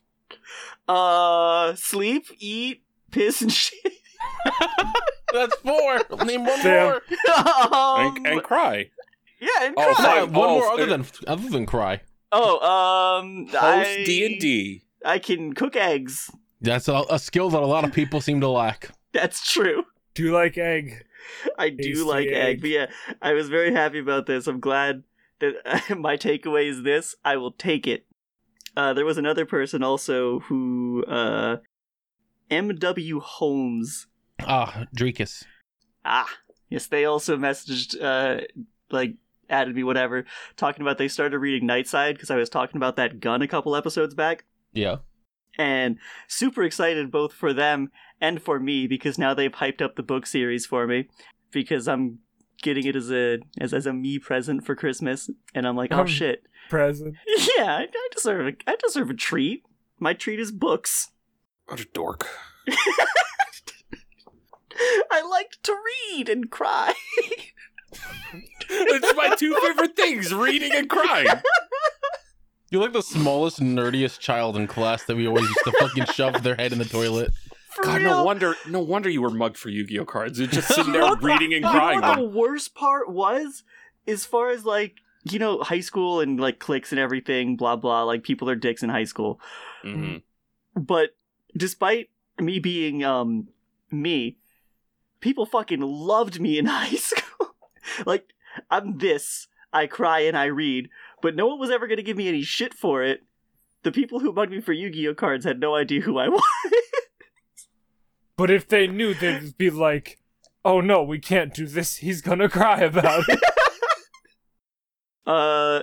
Uh, sleep, eat, piss, and shit.
That's four. Name one
Damn.
more.
Um,
and, and cry
yeah, and
Oh,
cry.
fuck.
Uh,
Five.
one
Oh,
more other
uh,
than other than cry.
Oh, um, I
host D and D.
I can cook eggs.
That's a, a skill that a lot of people seem to lack.
That's true.
Do you like egg?
I do
Tasty
like egg.
egg.
but yeah, I was very happy about this. I'm glad that my takeaway is this. I will take it. Uh, there was another person also who uh, M.W. Holmes.
Ah, Dreekus.
Ah, yes, they also messaged uh, like added me whatever talking about they started reading Nightside because I was talking about that gun a couple episodes back
Yeah.
and super excited both for them and for me because now they've hyped up the book series for me because I'm getting it as a as, as a me present for Christmas and I'm like oh
Hmm.
Um.
shit
Present.
yeah I, I deserve a, I deserve a treat my treat is books
What a dork.
I liked to read and cry
it's my two favorite things: reading and crying.
You're like the smallest, nerdiest child in class that we always used to fucking shove their head in the toilet.
For
God,
real.
no wonder, no wonder you were mugged for Yu-Gi-Oh cards. You're just sitting there reading and
You know
crying.
what the worst part was? As far as like, you know, high school and like cliques and everything, blah blah, like people are dicks in high school.
Mhm.
But despite me being um me, people fucking loved me in high school. like, I'm this, I cry and I read, but no one was ever gonna give me any shit for it. The people who bugged me for Yu-Gi-Oh cards had no idea who I was.
But if they knew, they'd be like, "Oh no, we can't do this. He's gonna cry about it."
Uh,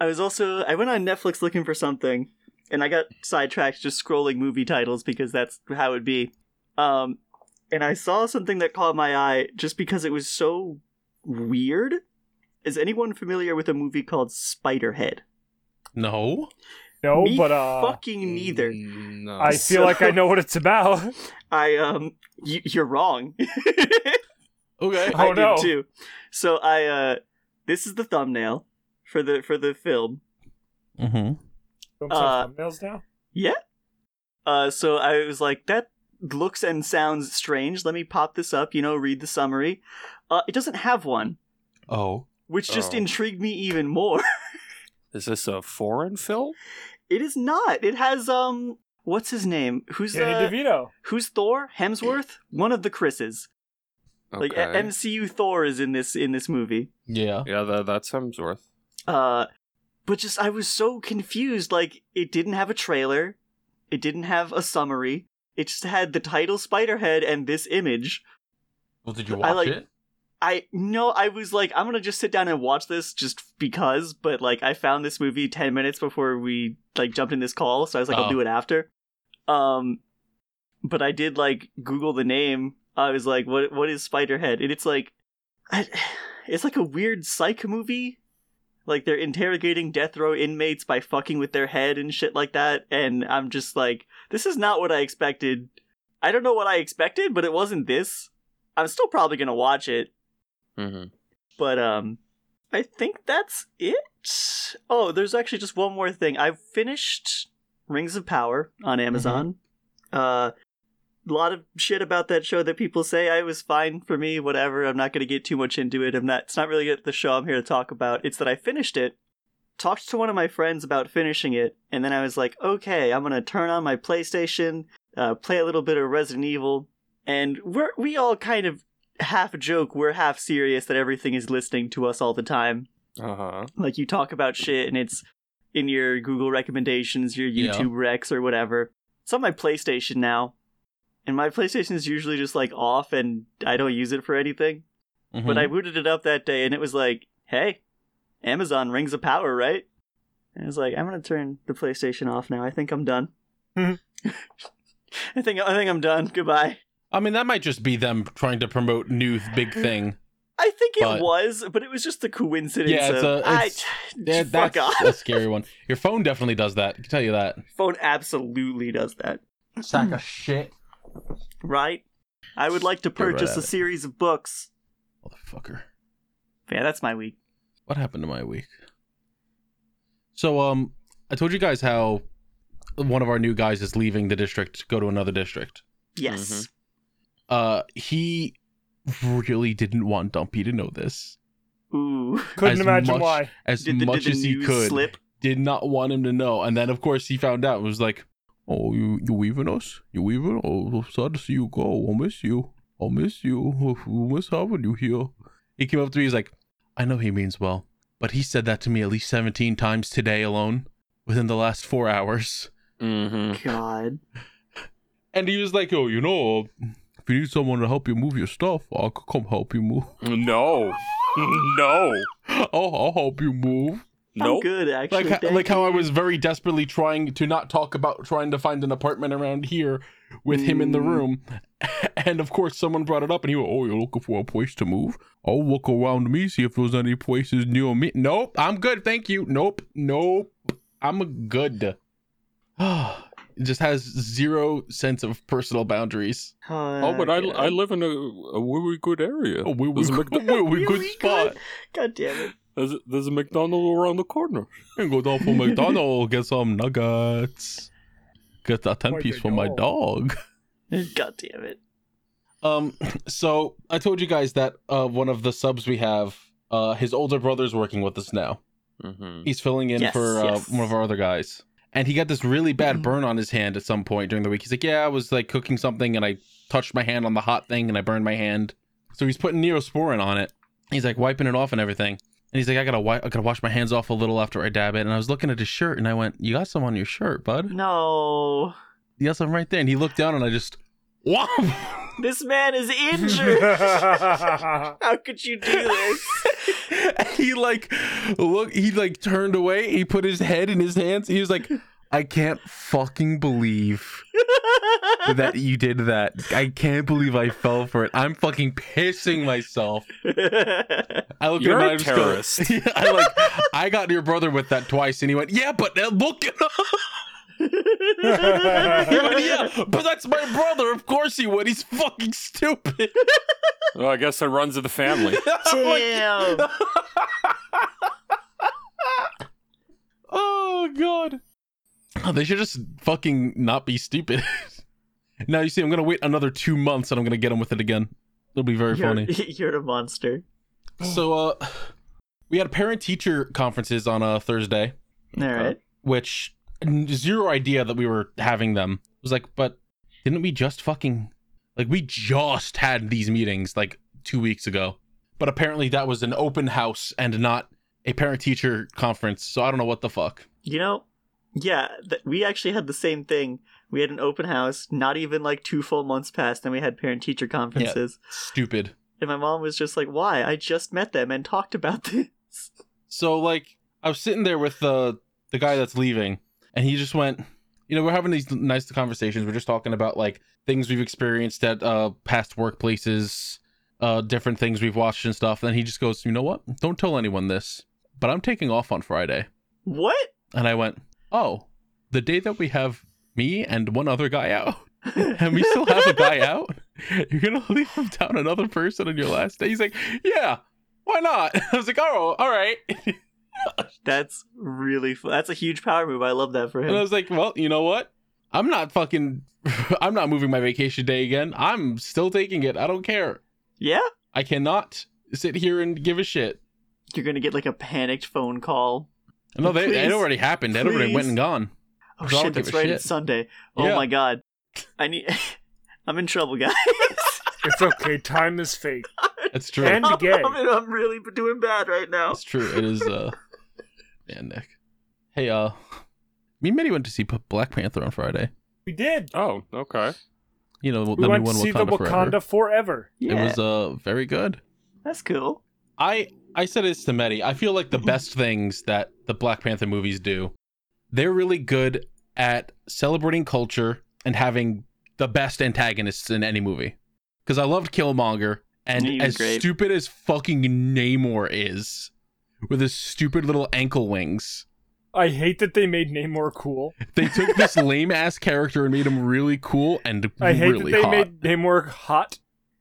I was also I went on Netflix looking for something, and I got sidetracked just scrolling movie titles because that's how it be. Um, and I saw something that caught my eye just because it was so weird. Is anyone familiar with a movie called Spiderhead?
No.
No,
Me
but uh,
fucking neither.
No.
I feel
So-
like I know what it's about.
I um, y- you're wrong.
Okay.
Oh,
I did
no.
too. So I uh, this is the thumbnail for the for the film.
Mm-hmm.
Don't
Uh,
have thumbnails now.
Yeah. Uh, so I was like, that looks and sounds strange. Let me pop this up, you know, read the summary. Uh, it doesn't have one,
Oh.
which just
Oh.
intrigued me even more.
Is this a foreign film?
it is not. It has, um, what's his name? Who's,
Danny
uh,
DeVito.
who's Thor? Hemsworth? One of the Chris's. Like a- MCU Thor is in this, in this movie.
Yeah.
yeah, that, that's Hemsworth.
Uh, but just, I was so confused. Like, it didn't have a trailer. It didn't have a summary. It just had the title Spiderhead and this image.
Well, did you
I
watch
like-
it?
I no, I was like, I'm gonna just sit down and watch this just because, but like I found this movie ten minutes before we like jumped in this call, so I was like,
Oh.
I'll do it after. Um but I did like Google the name. I was like, what what is Spiderhead? And it's like I, it's like a weird psych movie. Like they're interrogating death row inmates by fucking with their head and shit like that, and I'm just like, this is not what I expected. I don't know what I expected, but it wasn't this. I'm still probably gonna watch it.
Mm-hmm.
But um I think that's it. Oh, there's actually just one more thing. I've finished Rings of Power on Amazon. Uh a lot of shit about that show that people say I was fine for me, whatever. I'm not going to get too much into it. I'm not it's not really the show I'm here to talk about. It's that I finished it. Talked to one of my friends about finishing it, and then I was like, "Okay, I'm going to turn on my PlayStation, uh play a little bit of Resident Evil." And we're we all kind of half joke, we're half serious that everything is listening to us all the time.
Uh huh.
Like you talk about shit and it's in your Google recommendations, your
Yeah.
YouTube recs or whatever. It's on my PlayStation now. And my PlayStation is usually just like off and I don't use it for anything.
Mm-hmm.
But I booted it up that day and it was like, hey, Amazon rings of power, right? And I was like, I'm gonna turn the PlayStation off now. I think I'm done.
Mhm.
I think I think I'm done. Goodbye.
I mean, that might just be them trying to promote new th-
Mm-hmm.
big thing.
I think it
But-
was, but it was just a coincidence.
Yeah, it's
of,
a-
I-
it's- Yeah,
fuck
that's
off.
a scary one. Your phone definitely does that. I can tell you that.
Phone absolutely does that,
Sack of shit.
right? I would like to
You're right
purchase
at
a
it.
series of books.
Motherfucker.
Yeah, that's my week.
What happened to my week? So, um, I told you guys how one of our new guys is leaving the district to go to another district.
Yes.
Mhm.
Uh, he really didn't want Dumpy to know this.
Ooh.
Couldn't
as
imagine
much-
why.
Mm-hmm. As
Did the, did
much
the
as he
news
could.
slip?
did not want him to know. And then, of course, he found out and was like, Oh, you, you leaving us? You leaving? Oh, I'm sad to see you go. I'll miss you. I'll miss you. I'll miss having you here. He came up to me. He's like, I know he means well, but he said that to me at least 17 times today alone within the last four hours.
Mm-hmm.
God.
And he was like, Oh, you know, if you need someone to help you move your stuff, I'll c- come help you move.
No, no,
Oh, I'll help you move.
I'm
no.
good, actually.
like ho-
thank
like how I was very desperately trying to not talk about trying to find an apartment around here with him in the
Mm.
room, and of course someone brought it up, and he went, "Oh, you're looking for a place to move? I'll look around me, see if there's any places near me." Nope, I'm good, thank you. Nope, nope, I'm good. just has zero sense of personal boundaries.
Oh, but I,
God.
I live in a, a really good area.
Oh,
we
There's a McDo-
Really good? God damn it.
There's a, there's a McDonald's around the corner.
And go down for McDonald's, get some nuggets, get that ten
Why
piece
the
for my
dog?
dog.
God damn it.
Um, so I told you guys that uh, one of the subs we have, uh, his older brother's working with us now.
Mm-hmm.
He's filling in
Yes,
for uh,
yes.
one of our other guys. And he got this really bad
Mhm.
burn on his hand at some point during the week. He's like, Yeah, I was like cooking something and I touched my hand on the hot thing and I burned my hand. So he's putting Neosporin on it. He's like wiping it off and everything. And he's like, I gotta, wi- I gotta wash my hands off a little after I dab it. And I was looking at his shirt and I went, You got some on your shirt, bud.
No.
You got some right there. And he looked down and I just, Womp!
This man is injured.
That's
How could you do this?
and he like look he like turned away he put his head in his hands he was like i can't fucking believe that you did that i can't believe i fell for it i'm fucking pissing myself i look
You're
at him
a
and I just go-
terrorist.
Yeah, i like i got your brother with that twice and he went yeah but uh, look at he went, yeah but that's my brother of course he would he's fucking stupid
Well, Oh, I guess it runs in the family.
I'm like,
Damn.
Oh god. Oh, they should just fucking not be stupid. now you see, I'm gonna wait another two months and I'm gonna get him with it again. It'll be very
You're,
funny.
you're a monster.
So uh we had parent teacher conferences on a Thursday,
All right.
which n- zero idea that we were having them. It was like, but didn't we just fucking like we just had these meetings like two weeks ago. But apparently that was an open house and not a parent teacher conference, so I don't know what the fuck.
You know, yeah, th- we actually had the same thing. We had an open house, not even like two full months passed, and we had parent teacher conferences.
Stupid.
And my mom was just like, why? I just met them and talked about this.
So like I was sitting there with the the guy that's leaving, and he just went, you know, we're having these nice conversations. We're just talking about like things we've experienced at uh, past workplaces, uh, different things we've watched and stuff. And he just goes, you know what? Don't tell anyone this, but I'm taking off on Friday.
What?
And I went, oh, the day that we have me and one other guy out, and we still have a guy out. You're gonna leave him down another person on your last day. He's like, yeah. Why not? I was like, oh, all right.
That's really fu- that's a huge power move. I love that for
And I
him.
was like, well, you know what? I'm not fucking. I'm not moving my vacation day again. I'm still taking it. I don't care.
Yeah,
I cannot sit here and give a shit.
you're gonna get like a panicked phone call.
No, they, it
Please.
already happened. It already went and gone.
Oh
I don't
shit,
give
that's
a
right.
shit.
It's Sunday. Oh
Yeah.
my god, I need. I'm in trouble, guys.
It's okay. Time is fake.
That's true.
And gay.
I'm, I'm really doing bad right now.
That's true. It is. uh Man, Nick. Hey, uh, me and Mitty went to see P- Black Panther on Friday.
We did.
Oh, okay.
You know,
We
the
went
new
to
one
see
Wakanda,
the
Forever.
Wakanda forever.
Yeah,
It was uh very good.
that's cool.
I I said this to Mehdi. I feel like the best things that the Black Panther movies do, they're really good at celebrating culture and having the best antagonists in any movie. Because I loved Killmonger, and
He was
as
great.
stupid as fucking Namor is, with his stupid little ankle wings,
I hate that they made Namor cool.
they took this lame ass character and made him really cool and
I hate
really
that they
hot.
made Namor hot.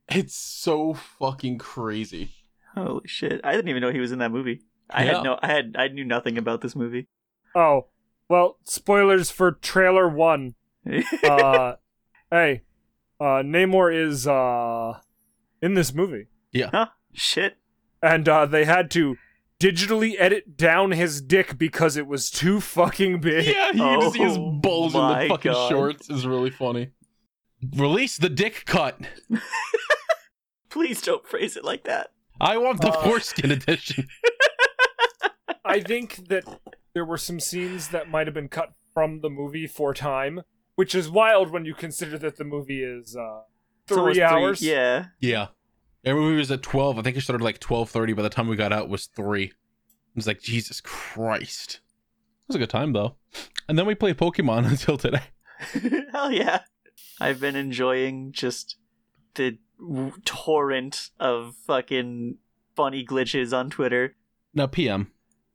It's so fucking crazy.
Holy shit! I didn't even know he was in that movie. I
Yeah.
had no, I had, I knew nothing about this movie.
Oh, well, spoilers for trailer one. Uh, hey, uh, Namor is uh in this movie,
huh? Shit.
and uh, they had to digitally edit down his dick because it was too fucking big.
Yeah, you can just see his
Oh
bulge in
my
the fucking
God.
shorts is really funny. Release the dick cut.
Please don't phrase it like that.
I want the
Uh.
foreskin edition.
I think that there were some scenes that might have been cut from the movie for time, which is wild when you consider that the movie is uh,
It's almost
three hours.
Yeah.
Yeah. That movie was at 12. I think it started like 12:30 by the time we got out it was 3. It was like Jesus Christ. It was a good time though. And then we played Pokemon until today.
Hell yeah. I've been enjoying just the w- torrent of fucking funny glitches on Twitter.
Now PM,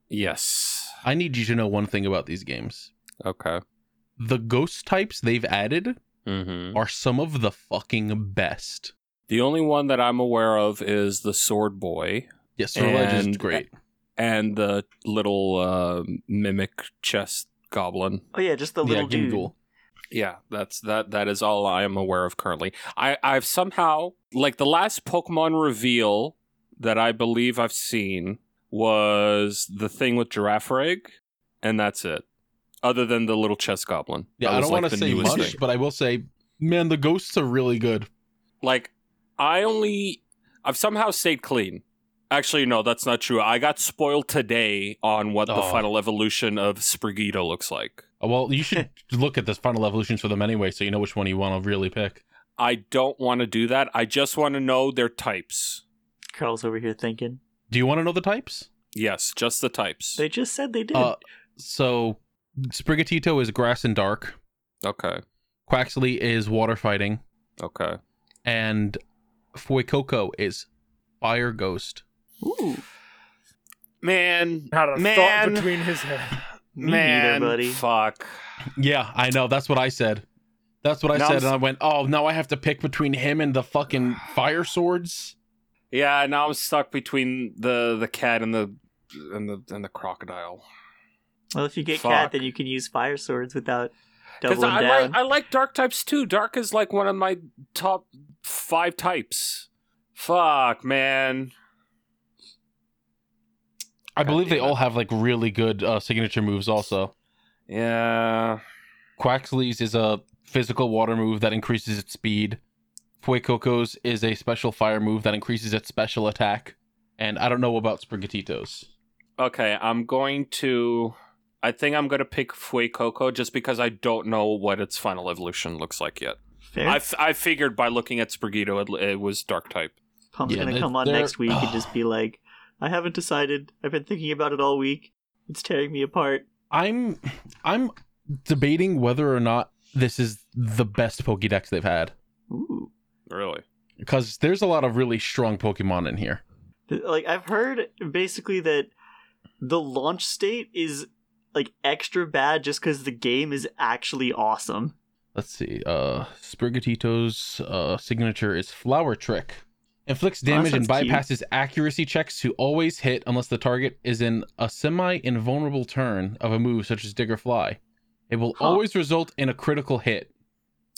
Yes.
I need you to know one thing about these games.
Okay.
the ghost types they've added
Mm-hmm.
are some of the fucking best.
The only one that I'm aware of is the Sword Boy
Yes, Sir Ledge is
And-
great.
and the little uh, mimic chest goblin.
Oh yeah, just the little
yeah,
dude.
Ghoul.
Yeah, that's that. That is all I am aware of currently. I I've somehow like the last Pokemon reveal that I believe I've seen was the thing with Giraffe Rig, and that's it. Other than the little chess goblin.
Yeah,
That
I
was,
don't
like,
want to
the
say
newest
much,
thing.
but I will say, man, the ghosts are really good.
Like I only I've somehow stayed clean. Actually, no, that's not true. I got spoiled today on what the
Oh.
final evolution of Sprigito looks like.
Uh, Well, you should look at the final evolutions for them anyway, so you know which one you want to really pick.
I don't want to do that. I just want to know their types.
Carl's over here thinking.
Do you want to know the types?
Yes, just the types.
They just said they did.
Uh, so Sprigatito is grass and dark.
okay.
Quaxley is water fighting,
Okay.
and Fuecoco is fire ghost.
Ooh,
Man,
Had a
Man.
thought between his head.
Me
man,
neither, buddy.
fuck.
Yeah, I know. That's what I said. That's what I
Now
said,
I'm s-
and I went, "Oh, now I have to pick between him and the fucking fire swords."
Yeah, now I'm stuck between the the cat and the and the and the crocodile.
well, if you get
Fuck.
cat, then you can use fire swords without
Because
doubling
I
down.
like I like dark types too. Dark is like one of my top five types. Fuck, man.
I
God
believe they
damn it.
all have like really good uh, signature moves. Also,
Yeah.
Quaxley's is a physical water move that increases its speed. Fuecoco's is a special fire move that increases its special attack. And I don't know about Sprigatito's.
Okay, I'm going to. I think I'm going to pick Fue Coco just because I don't know what its final evolution looks like yet.
Fair.
I, f- I figured by looking at Sprigito, it, it was dark type.
Pump's
Yeah,
gonna
they-
come on
they're-
next week and just be like, "I haven't decided. I've been thinking about it all week. It's tearing me apart."
I'm I'm debating whether or not this is the best Pokédex they've had.
Ooh,
Really?
Because there's a lot of really strong Pokemon in here.
like I've heard basically that the launch state is like extra bad just because the game is actually awesome.
Let's see. Uh Sprigatito's uh signature is Flower Trick. Inflicts
that
damage and
sounds cute.
bypasses accuracy checks to always hit unless the target is in a semi invulnerable turn of a move such as Dig or Fly. It will
Huh.
always result in a critical hit.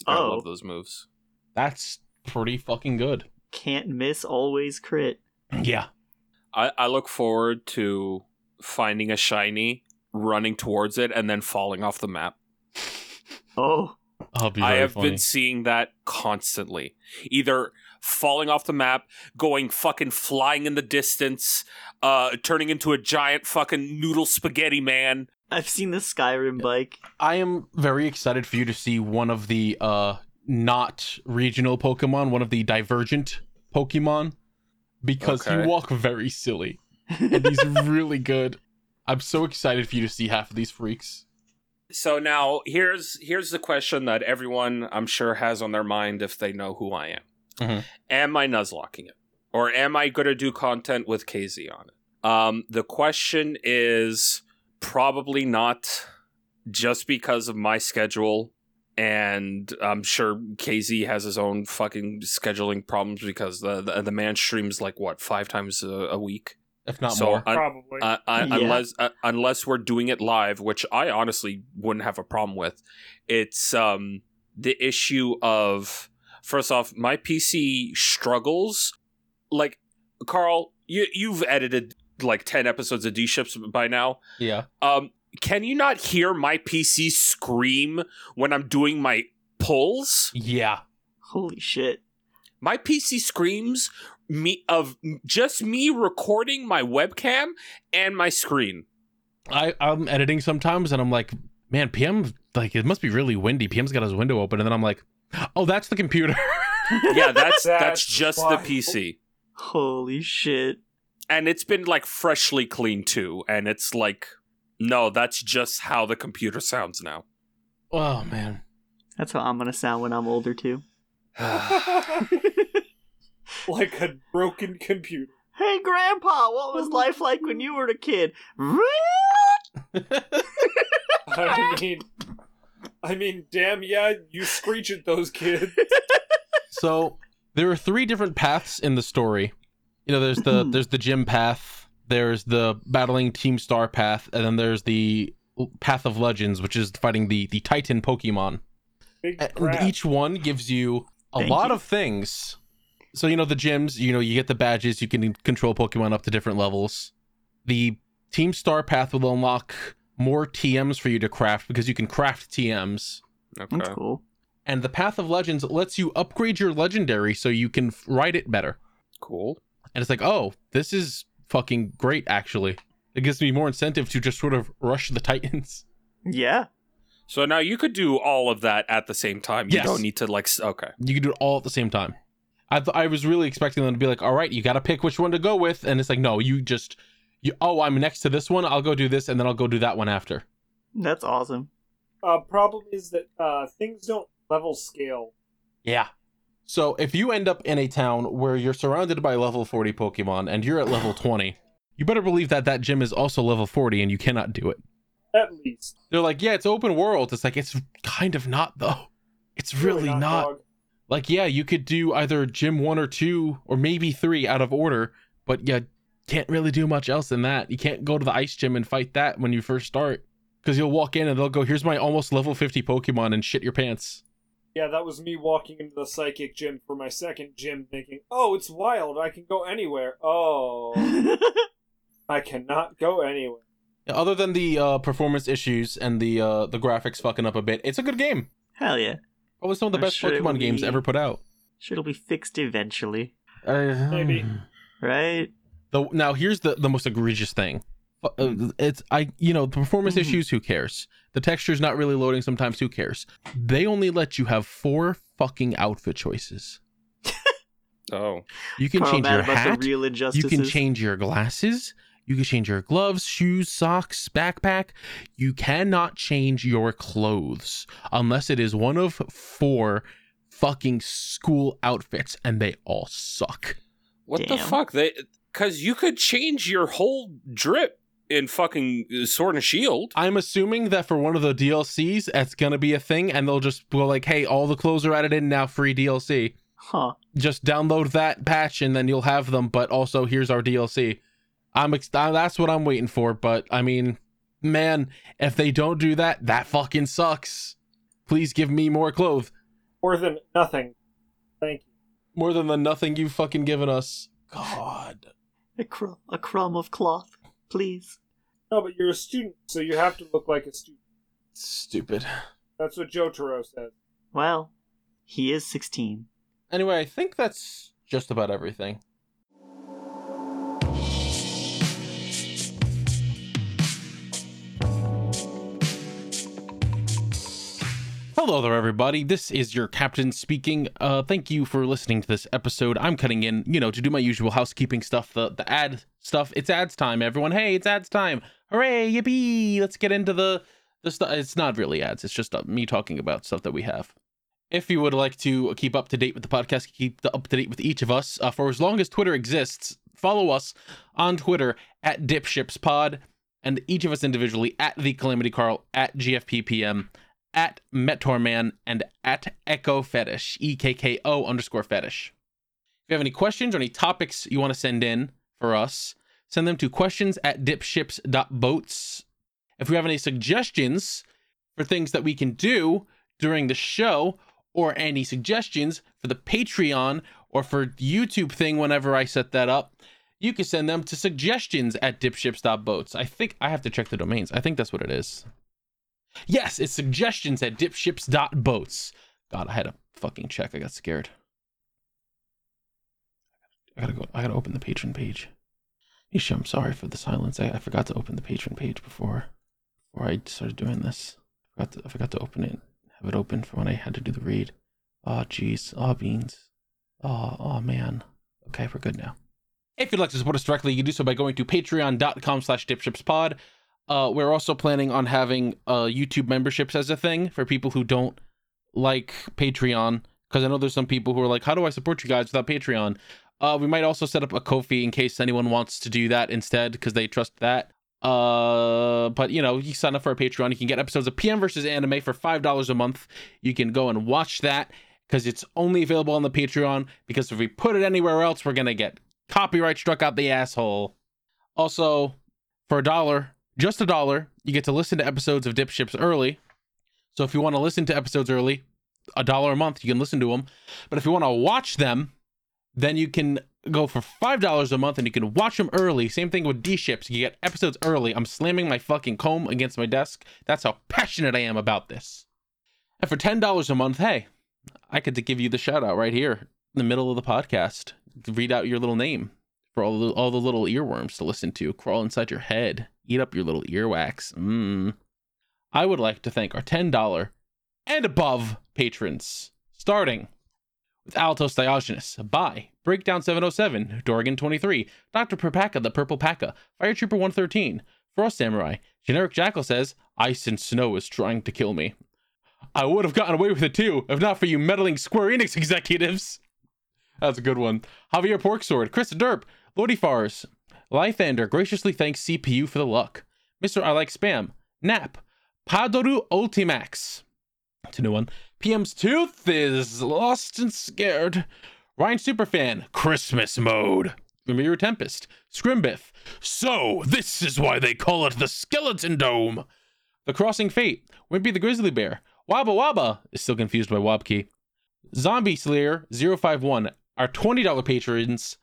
I
Oh.
love those moves.
That's pretty fucking good.
Can't miss, always crit.
Yeah.
I, I look forward to finding a shiny, running towards it, and then falling off the map.
Oh,
I'll be
I
very
have
funny.
been seeing that constantly. Either falling off the map, going fucking flying in the distance, uh, turning into a giant fucking noodle spaghetti man.
I've seen the Skyrim bike.
I am very excited for you to see one of the uh not regional Pokemon, one of the divergent Pokemon, because
Okay.
you walk very silly. And he's really good. I'm so excited for you to see half of these freaks.
So now here's here's the question that everyone I'm sure has on their mind if they know who I am.
Mhm.
Am I nuzlocking it? Or am I gonna do content with KZ on it? Um the question is probably not just because of my schedule and I'm sure KZ has his own fucking scheduling problems because the the, the man streams like what five times a, a week.
If not
So
more.
I-
Probably.
uh, uh,
Yeah.
unless uh, unless we're doing it live, which I honestly wouldn't have a problem with. It's um the issue of first off, my PC struggles. Like Carl, you you've edited like ten episodes of D Ships by now.
yeah.
Um, can you not hear my PC scream when I'm doing my pulls?
Yeah.
Holy shit.
My PC screams me of just me recording my webcam and my screen.
I, I'm editing sometimes and I'm like, man, PM like it must be really windy. PM's got his window open, and then I'm like, oh, that's the computer.
yeah, that's that's,
That's
just
why-
the PC.
Holy shit.
And it's been like freshly cleaned too, and it's like no, that's just how the computer sounds now.
oh man.
That's how I'm gonna sound when I'm older too.
like a broken computer.
Hey grandpa, what was life like when you were a kid?
I mean, I mean, damn, yeah, you screech at those kids.
So there are three different paths in the story. You know, there's the there's the gym path, there's the battling Team Star path, and then there's the path of legends, which is fighting the the Titan Pokemon.
Big
And
crap.
Uh, each one gives you a
Thank
lot
you.
of things. So you know the gyms, you know you get the badges, you can control Pokemon up to different levels. The Team Star path will unlock more TMs for you to craft because you can craft TMs.
Okay.
Uh.
That's cool.
And the Path of Legends lets you upgrade your legendary so you can f- ride it better.
Cool.
And it's like, oh, this is fucking great, actually. It gives me more incentive to just sort of rush the Titans.
Yeah.
So now you could do all of that at the same time.
Yes.
You don't need to like. s- Okay.
You can do it all at the same time. I, th- I was really expecting them to be like, all right, you got to pick which one to go with. And it's like, no, you just, you, oh, I'm next to this one. I'll go do this and then I'll go do that one after.
That's awesome.
Uh, problem is that uh, things don't level scale.
Yeah. So if you end up in a town where you're surrounded by level 40 Pokemon and you're at level 20, you better believe that that gym is also level 40 and you cannot do it.
At least.
They're like, yeah, it's open world. It's like, it's kind of not, though. It's really, not.
dog.
Like, yeah, you could do either gym one or two or maybe three out of order, but you can't really do much else than that. You can't go to the ice gym and fight that when you first start because you'll walk in and they'll go, here's my almost level 50 Pokemon and shit your pants.
Yeah, that was me walking into the psychic gym for my second gym thinking, oh, it's wild. I can go anywhere. Oh, I cannot go anywhere.
Other than the uh, performance issues and the uh, the graphics fucking up a bit, it's a good game.
Hell yeah.
Probably some of the
I'm
best
sure it
Pokemon
will
games
be-
ever put out.
Sure, it'll be fixed eventually,
Maybe.
right?
The, now here's the the most egregious thing. Uh,
Hmm.
It's I you know the performance
Mhm.
issues. Who cares? The texture's not really loading sometimes. Who cares? They only let you have four fucking outfit choices.
Oh.
You can
Carl
change
Mad
your
about
hat.
The real
You
injustices.
can change your glasses. You can change your gloves, shoes, socks, backpack. You cannot change your clothes unless it is one of four fucking school outfits, and they all suck.
What the
Damn.
fuck? They because you could change your whole drip in fucking uh, Sword and Shield.
I'm assuming that for one of the DLCs, that's gonna be a thing, and they'll just go like, "Hey, all the clothes are added in now, free DLC.
Huh.
Just download that patch, and then you'll have them. But also, here's our DLC." I'm ex- I- that's what I'm waiting for. But I mean, man, if they don't do that, that fucking sucks. Please give me more clothes,
More than nothing. Thank you.
more than the nothing you've fucking given us. God,
A, cr- a crumb of cloth, please.
No, but you're a student, so you have to look like a student.
stupid.
That's what Jotaro says.
Well, he is 16.
Anyway, I think that's just about everything. Hello there, everybody. This is your captain speaking. Uh, thank you for listening to this episode. I'm cutting in, you know, to do my usual housekeeping stuff, the the ad stuff. It's ads time, everyone. Hey, it's ads time. Hooray, yippee! Let's get into the the stuff. It's not really ads. It's just uh, me talking about stuff that we have. If you would like to keep up to date with the podcast, keep up to date with each of us uh, for as long as Twitter exists, follow us on Twitter at DipshipsPod and each of us individually at the Calamity Carl, at GFPPM, at Metorman, and at Echo Fetish, E K K O underscore fetish. If you have any questions or any topics you want to send in for us, send them to questions at dipships.boats. If you have any suggestions for things that we can do during the show, or any suggestions for the Patreon or for YouTube thing whenever I set that up, you can send them to suggestions at dipships.boats. I think I have to check the domains. I think that's what it is. Yes, it's suggestions at dipships.boats. God, I had to fucking check. I got scared. I gotta go. I gotta open the patron page. Isha, I'm sorry for the silence. I, I forgot to open the patron page before before I started doing this. I forgot to, I forgot to open it have it open for when I had to do the read. Oh, jeez. Oh, beans. Oh, oh, man. Okay, we're good now. If you'd like to support us directly, you can do so by going to patreon.com slash dipshipspod. Uh, we're also planning on having uh, YouTube memberships as a thing for people who don't like Patreon, because I know there's some people who are like, how do I support you guys without Patreon? Uh, we might also set up a Kofi in case anyone wants to do that instead, because they trust that. Uh, but you know, you sign up for our Patreon, you can get episodes of PM versus Anime for five dollars a month. You can go and watch that because it's only available on the Patreon. Because if we put it anywhere else, we're gonna get copyright struck out the asshole. Also, for a dollar, just a dollar, you get to listen to episodes of Dip Ships early. So if you want to listen to episodes early, a dollar a month, you can listen to them. But if you want to watch them, then you can go for five dollars a month and you can watch them early. Same thing with D ships. You get episodes early. I'm slamming my fucking comb against my desk. That's how passionate I am about this. And for ten dollars a month, hey, I could give you the shout out right here in the middle of the podcast. Read out your little name for all the, all the little earworms to listen to. Crawl inside your head. Eat up your little earwax. Mmm. I would like to thank our ten dollar and above patrons, starting with Altos Diogenes, by Breakdown 707, Dorgan 23, Dr. Perpaka the Purple Paka, Fire Trooper 113, Frost Samurai, Generic Jackal says, Ice and Snow is trying to kill me. I would have gotten away with it too, if not for you meddling Square Enix executives. That's a good one. Javier Porksword, Chris Derp, Lordy Fars, Lythander graciously thanks CPU for the luck. Mr. I Like Spam, Nap, Padoru Ultimax, it's a new one. PM's Tooth is lost and scared. Ryan Superfan, Christmas mode. Remir Tempest, Scrimbiff. So, this is why they call it the Skeleton Dome. The Crossing Fate, Wimpy the Grizzly Bear. Wabba Wabba is still confused by Wobkey. Zombie Slayer 051, our $20 patrons,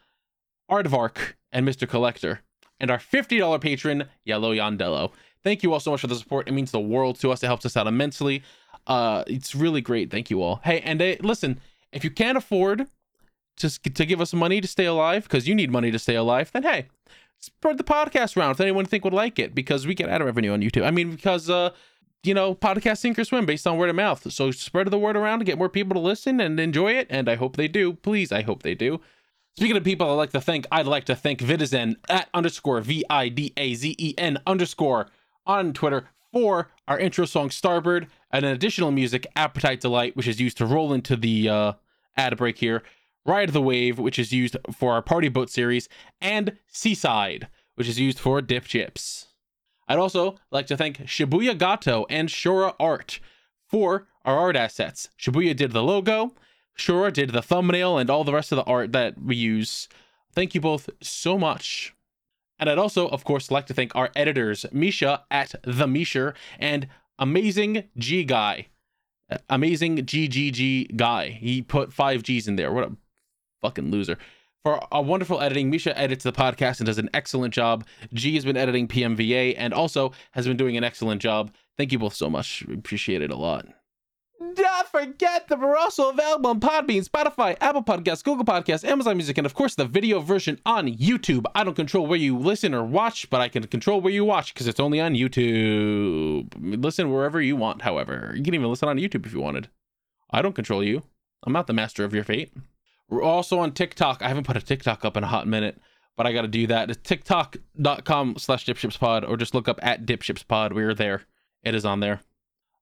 Aardvark and Mr. Collector. And our $50 patron, Yellow Yondello. Thank you all so much for the support. It means the world to us. It helps us out immensely uh it's really great thank you all hey and uh, listen if you can't afford to s- to give us money to stay alive because you need money to stay alive then hey spread the podcast around if anyone think would like it because we get ad revenue on youtube i mean because uh you know podcast sink or swim based on word of mouth so spread the word around to get more people to listen and enjoy it and i hope they do please i hope they do Speaking of people I'd like to thank, I'd like to thank Vidazen at underscore V I D A Z E N underscore on Twitter for our intro song Starboard and an additional music Appetite Delight, which is used to roll into the uh, ad break here, Ride the Wave, which is used for our Party Boat series, and Seaside, which is used for Dip Chips. I'd also like to thank Shibuya Gato and Shura Art for our art assets. Shibuya did the logo, Shura did the thumbnail, and all the rest of the art that we use. Thank you both so much. And I'd also, of course, like to thank our editors, Misha at The Misher and Amazing G Guy. Uh, Amazing GGG Guy. He put five G's in there. What a fucking loser. For a wonderful editing, Misha edits the podcast and does an excellent job. G has been editing PMVA and also has been doing an excellent job. Thank you both so much. We Appreciate it a lot. Don't forget that we're also available on Podbean, Spotify, Apple Podcasts, Google Podcasts, Amazon Music, and of course the video version on YouTube. I don't control where you listen or watch, but I can control where you watch because it's only on YouTube. Listen wherever you want, however. You can even listen on YouTube if you wanted. I don't control you. I'm not the master of your fate. We're also on TikTok. I haven't put a TikTok up in a hot minute, but I got to do that. It's tiktok.com slash dipshipspod or just look up at dipshipspod. We are there. It is on there.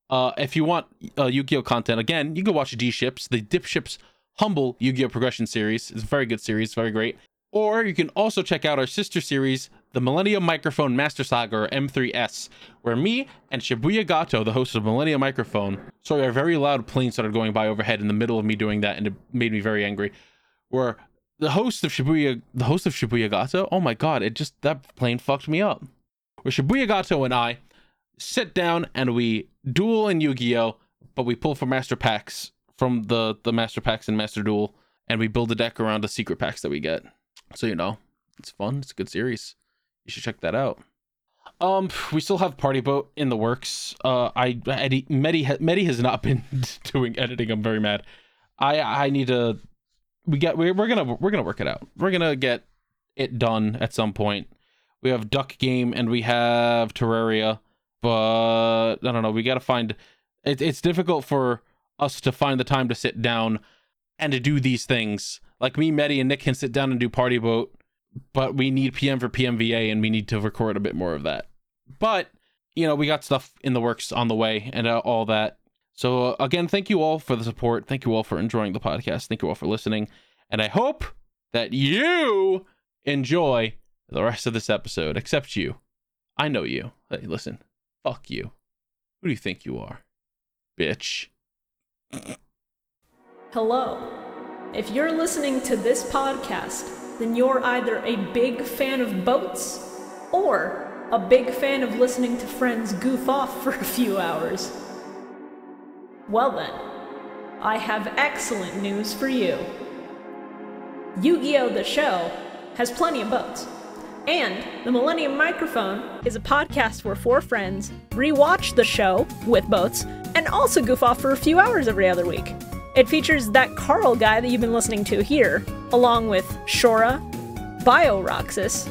Uh, if you want uh, Yu-Gi-Oh content, again, you can watch D Ships, the Dip Ships Humble Yu-Gi-Oh Progression series. It's a very good series, very great. Or you can also check out our sister series, the Millennium Microphone Master Saga, or M3S, where me and Shibuya Gato, the host of Millennium Microphone, sorry, our very loud plane started going by overhead in the middle of me doing that, and it made me very angry. Where the host of Shibuya, the host of Shibuya Gato, oh my god, it just that plane fucked me up. Where Shibuya Gato and I sit down and we duel in Yu-Gi-Oh, but we pull from master packs from the the master packs and master duel, and we build a deck around the secret packs that we get. So you know, it's fun. It's a good series. You should check that out. Um, we still have Party Boat in the works. Uh, I Eddie Medi Medi has not been doing editing. I'm very mad. I I need to. We got we're, we're gonna we're gonna work it out. We're gonna get it done at some point. We have Duck Game and we have Terraria but I don't know. We got to find. It, it's difficult for us to find the time to sit down and to do these things. Like me, Medi, and Nick can sit down and do Party Boat, but we need PM for PMVA, and we need to record a bit more of that. But you know, we got stuff in the works on the way and uh, all that. So uh, again, thank you all for the support. Thank you all for enjoying the podcast. Thank you all for listening, and I hope that you enjoy the rest of this episode. Except you. I know you. Hey, listen, fuck you. Who do you think you are, bitch?
Hello. If you're listening to this podcast, then you're either a big fan of boats or a big fan of listening to friends goof off for a few hours. Well, then, I have excellent news for you Yu Gi Oh! The Show has plenty of boats. And the Millennium Microphone is a podcast where four friends rewatch the show with boats and also goof off for a few hours every other week. It features that Carl guy that you've been listening to here, along with Shora, BioRoxus,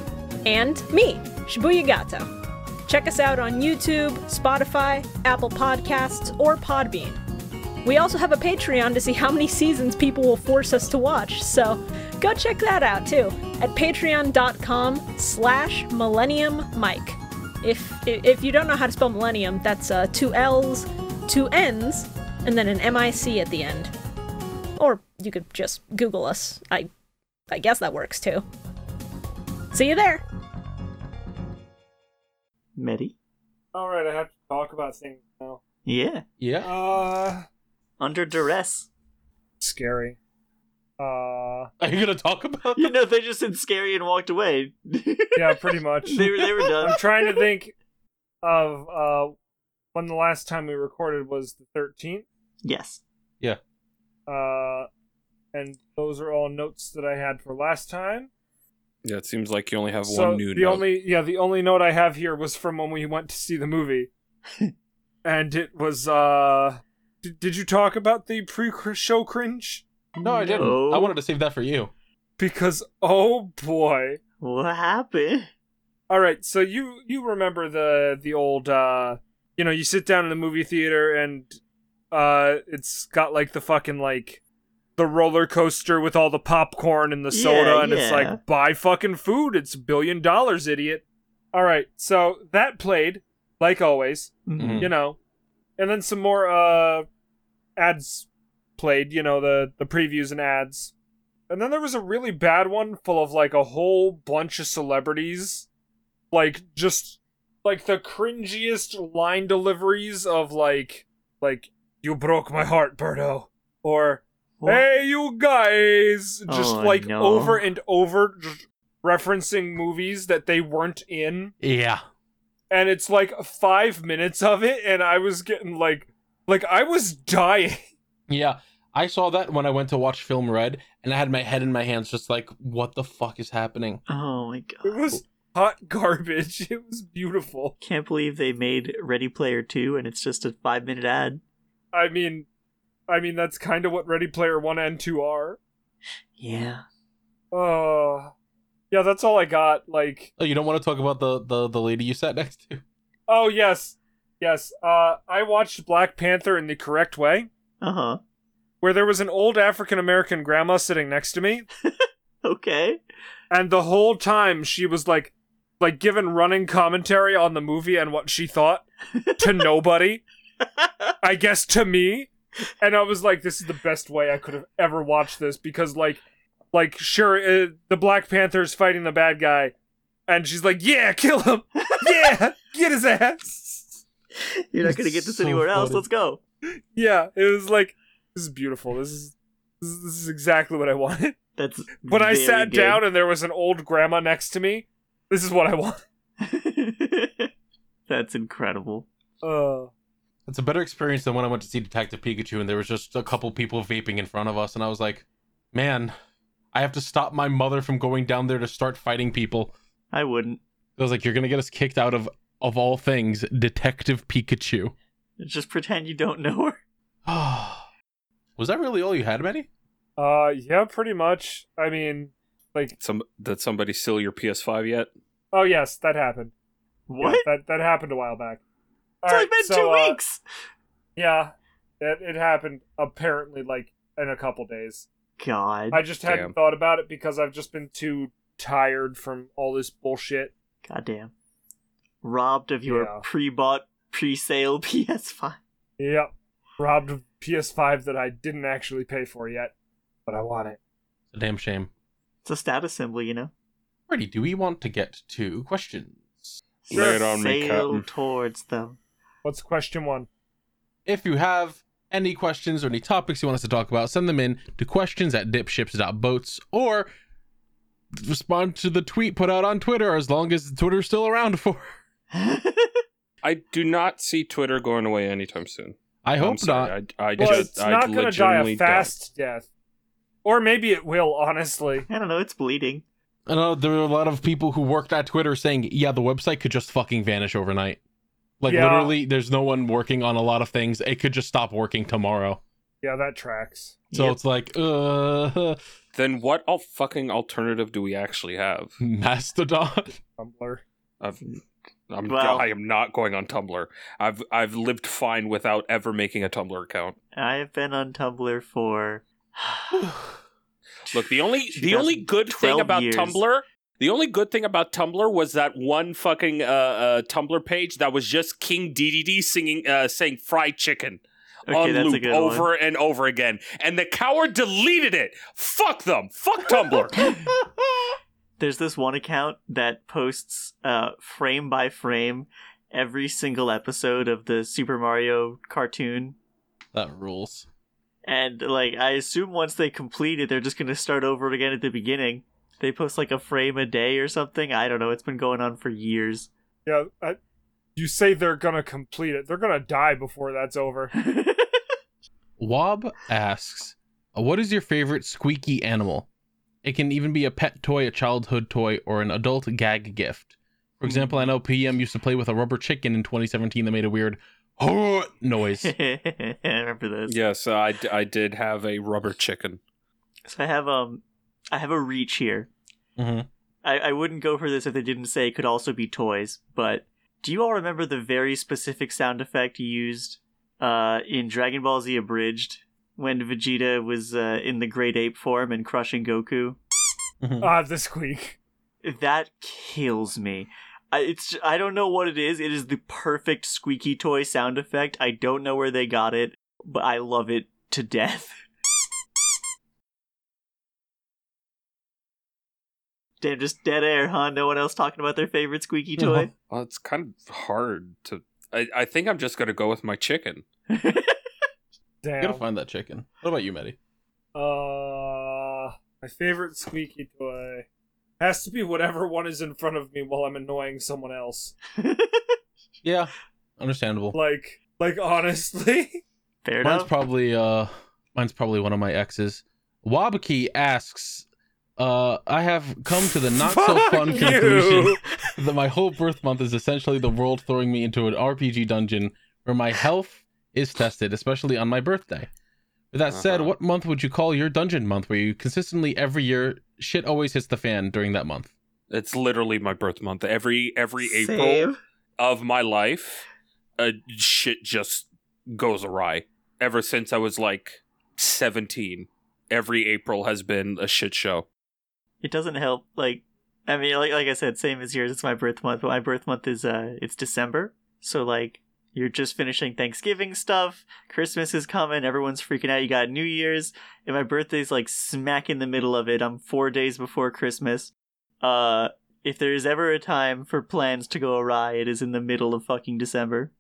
and me, Shibuya Gato. Check us out on YouTube, Spotify, Apple Podcasts, or Podbean. We also have a Patreon to see how many seasons people will force us to watch, so go check that out too at patreon.com slash millennium mike. If, if you don't know how to spell millennium, that's uh, two L's, two N's, and then an MIC at the end. Or you could just Google us. I, I guess that works too. See you there!
Medi?
All right, I have to talk about things now.
Yeah.
Yeah.
Uh,
Under duress.
scary. Uh,
Are you gonna talk about?
You know, they just said scary and walked away. they,
yeah, pretty much.
were, they were done.
I'm trying to think of uh when the last time we recorded was the 13th.
Yes.
Uh, and those are all notes that I had for last time.
Yeah, it seems like you only have
so
one new
the
note.
only yeah the only note I have here was from when we went to see the movie, and it was uh. Did, did you talk about the pre-show cringe?
No, I didn't.
No.
I wanted to save that for you.
Because oh boy.
What happened?
All right, so you you remember the the old uh you know, you sit down in the movie theater and uh it's got like the fucking like the roller coaster with all the popcorn and the
Yeah,
soda and it's
yeah.
like buy fucking food, it's a billion dollars, idiot. All right, so that played like always,
Mm-hmm.
Mhm.
you know. And then some more uh ads played, you know, the the previews and ads. And then there was a really bad one full of like a whole bunch of celebrities. Like just like the cringiest line deliveries of like like you broke my heart, Birdo. Or
What?
hey you guys just
Oh,
like
no.
over and over just referencing movies that they weren't in
Yeah.
and it's like 5 minutes of it and I was getting like like I was dying.
Yeah. I saw that when I went to watch Film Red, and I had my head in my hands, just like, what the fuck is happening?
Oh my
It
god.
was hot garbage. It was beautiful.
Can't believe they made Ready Player 2 and it's just a five minute ad.
I mean, I mean that's kind of what Ready Player One and Two are.
Yeah.
Uh, yeah, that's all I got. Like,
Oh, you don't want to talk about the the, the lady you sat next to?
oh yes, yes. Uh, I watched Black Panther in the correct way,
Uh huh.
where there was an old African American grandma sitting next to me,
Okay.
and the whole time she was like, like given running commentary on the movie and what she thought to nobody. I guess to me. And I was like, this is the best way I could have ever watched this because, like, like sure, uh, the Black Panther's fighting the bad guy, and she's like, yeah, kill him, yeah, get his ass.
You're not
It's
gonna get this
so
anywhere else.
funny.
Let's go.
Yeah, it was like, this is beautiful. This is this is, this is exactly what I wanted.
That's
When I
very
sat
good.
down and there was an old grandma next to me, this is what I want.
That's incredible.
Uh,
It's a better experience than when I went to see Detective Pikachu, and there was just a couple people vaping in front of us, and I was like, man, I have to stop my mother from going down there to start fighting people.
I wouldn't.
I was like, you're gonna get us kicked out of of all things, Detective Pikachu.
Just pretend you don't know her.
was that really all you had, Maddie?
uh, yeah, pretty much. I mean, like,
Some did somebody steal your PS5 yet?
oh yes, that happened.
What?
Yeah, that that happened a while back.
it's
All
only
right,
been
so,
two
uh,
weeks.
Yeah, it, it happened apparently like in a couple days.
God.
I just hadn't
Damn.
thought about it because I've just been too tired from all this bullshit.
Goddamn. Robbed of your
Yeah.
pre-bought, pre-sale PS5.
Yep, robbed of PS5 that I didn't actually pay for yet, but I want it.
It's a damn shame.
It's a status symbol, you know.
Alrighty, do we want to get to questions?
Lay it on me,
sail
Captain.
towards them.
What's question one?
If you have any questions or any topics you want us to talk about, send them in to questions at dipships.boats or respond to the tweet put out on Twitter as long as Twitter's still around for.
I do not see Twitter going away anytime soon.
I
I'm
hope
sorry.
not.
I, I
Well,
just,
it's not
I
gonna die
legitimately
a
doubt-
fast death, or maybe it will. Honestly,
I don't know. It's bleeding.
I know there are a lot of people who worked at Twitter saying, yeah, the website could just fucking vanish overnight. Like
Yeah.
literally, there's no one working on a lot of things. It could just stop working tomorrow.
yeah, that tracks.
So
Yep.
it's like, uh,
Then what al- fucking alternative do we actually have?
Mastodon.
Tumblr.
I've, I'm,
Well-
I am not going on Tumblr. I've I've lived fine without ever making a Tumblr account.
I have been on Tumblr for
Look, the only the only good thing
2012
about
years.
Tumblr, the only good thing about Tumblr was that one fucking uh, uh, Tumblr page that was just King DDD singing uh, saying fried chicken
okay,
on
that's a
loop
good
over
one.
and over again, and the coward deleted it. Fuck them. Fuck Tumblr.
There's this one account that posts uh, frame by frame every single episode of the Super Mario cartoon
that rules.
And like I assume once they complete it, they're just gonna start over again at the beginning. They post like a frame a day or something. I don't know. It's been going on for years.
Yeah, I, you say they're gonna complete it. They're gonna die before that's over.
Hmm.
Wob asks, What is your favorite squeaky animal? It can even be a pet toy, a childhood toy, or an adult gag gift. For example, I know PM used to play with a rubber chicken in 2017 that made a weird noise.
I remember those.
yes, I, d- I did have a rubber chicken.
So I have um, I have a reach here.
Mhm.
I, I wouldn't go for this if they didn't say it could also be toys. But do you all remember the very specific sound effect used uh, in Dragon Ball Z Abridged when Vegeta was uh, in the Great Ape form and crushing Goku?
Ah, the squeak.
that kills me. I, it's ju- I don't know what it is. It is the perfect squeaky toy sound effect. I don't know where they got it, but I love it to death. Damn, just dead air, huh? No one else talking about their favorite squeaky toy.
Well, it's kind of hard to. I, I think I'm just gonna go with my chicken.
I
Damn.
gotta find that chicken. What about you, Maddie?
Uh, my favorite squeaky toy has to be whatever one is in front of me while I'm annoying someone else.
Yeah, understandable.
Like, like honestly,
Fair
Mine's
enough.
probably uh, mine's probably one of my exes. Wabaki asks, uh, I have come to the not so
Fuck
fun
you.
conclusion that my whole birth month is essentially the world throwing me into an RPG dungeon where my health is tested, especially on my birthday. With that said,
Uh-huh.
what month would you call your dungeon month where you consistently every year shit always hits the fan during that month?
It's literally my birth month. Every every April
Same.
of my life, uh, shit just goes awry. Ever since I was like 17, every April has been a shit show.
It doesn't help. Like, I mean, like, like I said, same as yours. It's my birth month, but my birth month is uh, it's December. So like, you're just finishing Thanksgiving stuff. Christmas is coming. Everyone's freaking out. You got New Year's, and my birthday's like smack in the middle of it. I'm four days before Christmas. Uh, if there is ever a time for plans to go awry, it is in the middle of fucking December.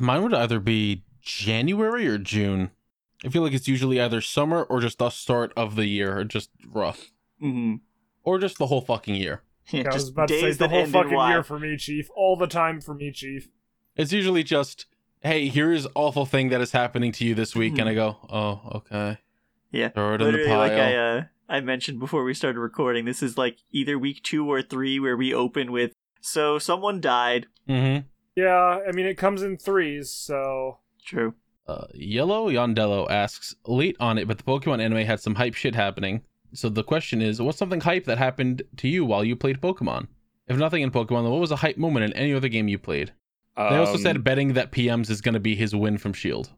Mine would either be January or June. I feel like it's usually either summer or just the start of the year, or just rough,
Mm-hmm.
or just the whole fucking year.
Yeah,
I was
just
about to
days
say it's the
that
whole
end in
fucking
Y.
year for me, Chief. All the time for me, Chief.
It's usually just, hey, here is awful thing that is happening to you this week, and I go, oh, okay.
Yeah,
Throw it in the
Literally, like I
pile.
uh, I mentioned before we started recording, this is like either week two or three where we open with so someone died.
Mm-hmm.
Yeah, I mean it comes in threes, so
True.
Uh, Yellow Yondello asks, late on it, but the Pokemon anime had some hype shit happening. So the question is, what's something hype that happened to you while you played Pokemon? If nothing in Pokemon, then what was a hype moment in any other game you played? They also
Um,
said betting that PMs is going to be his win from Shield.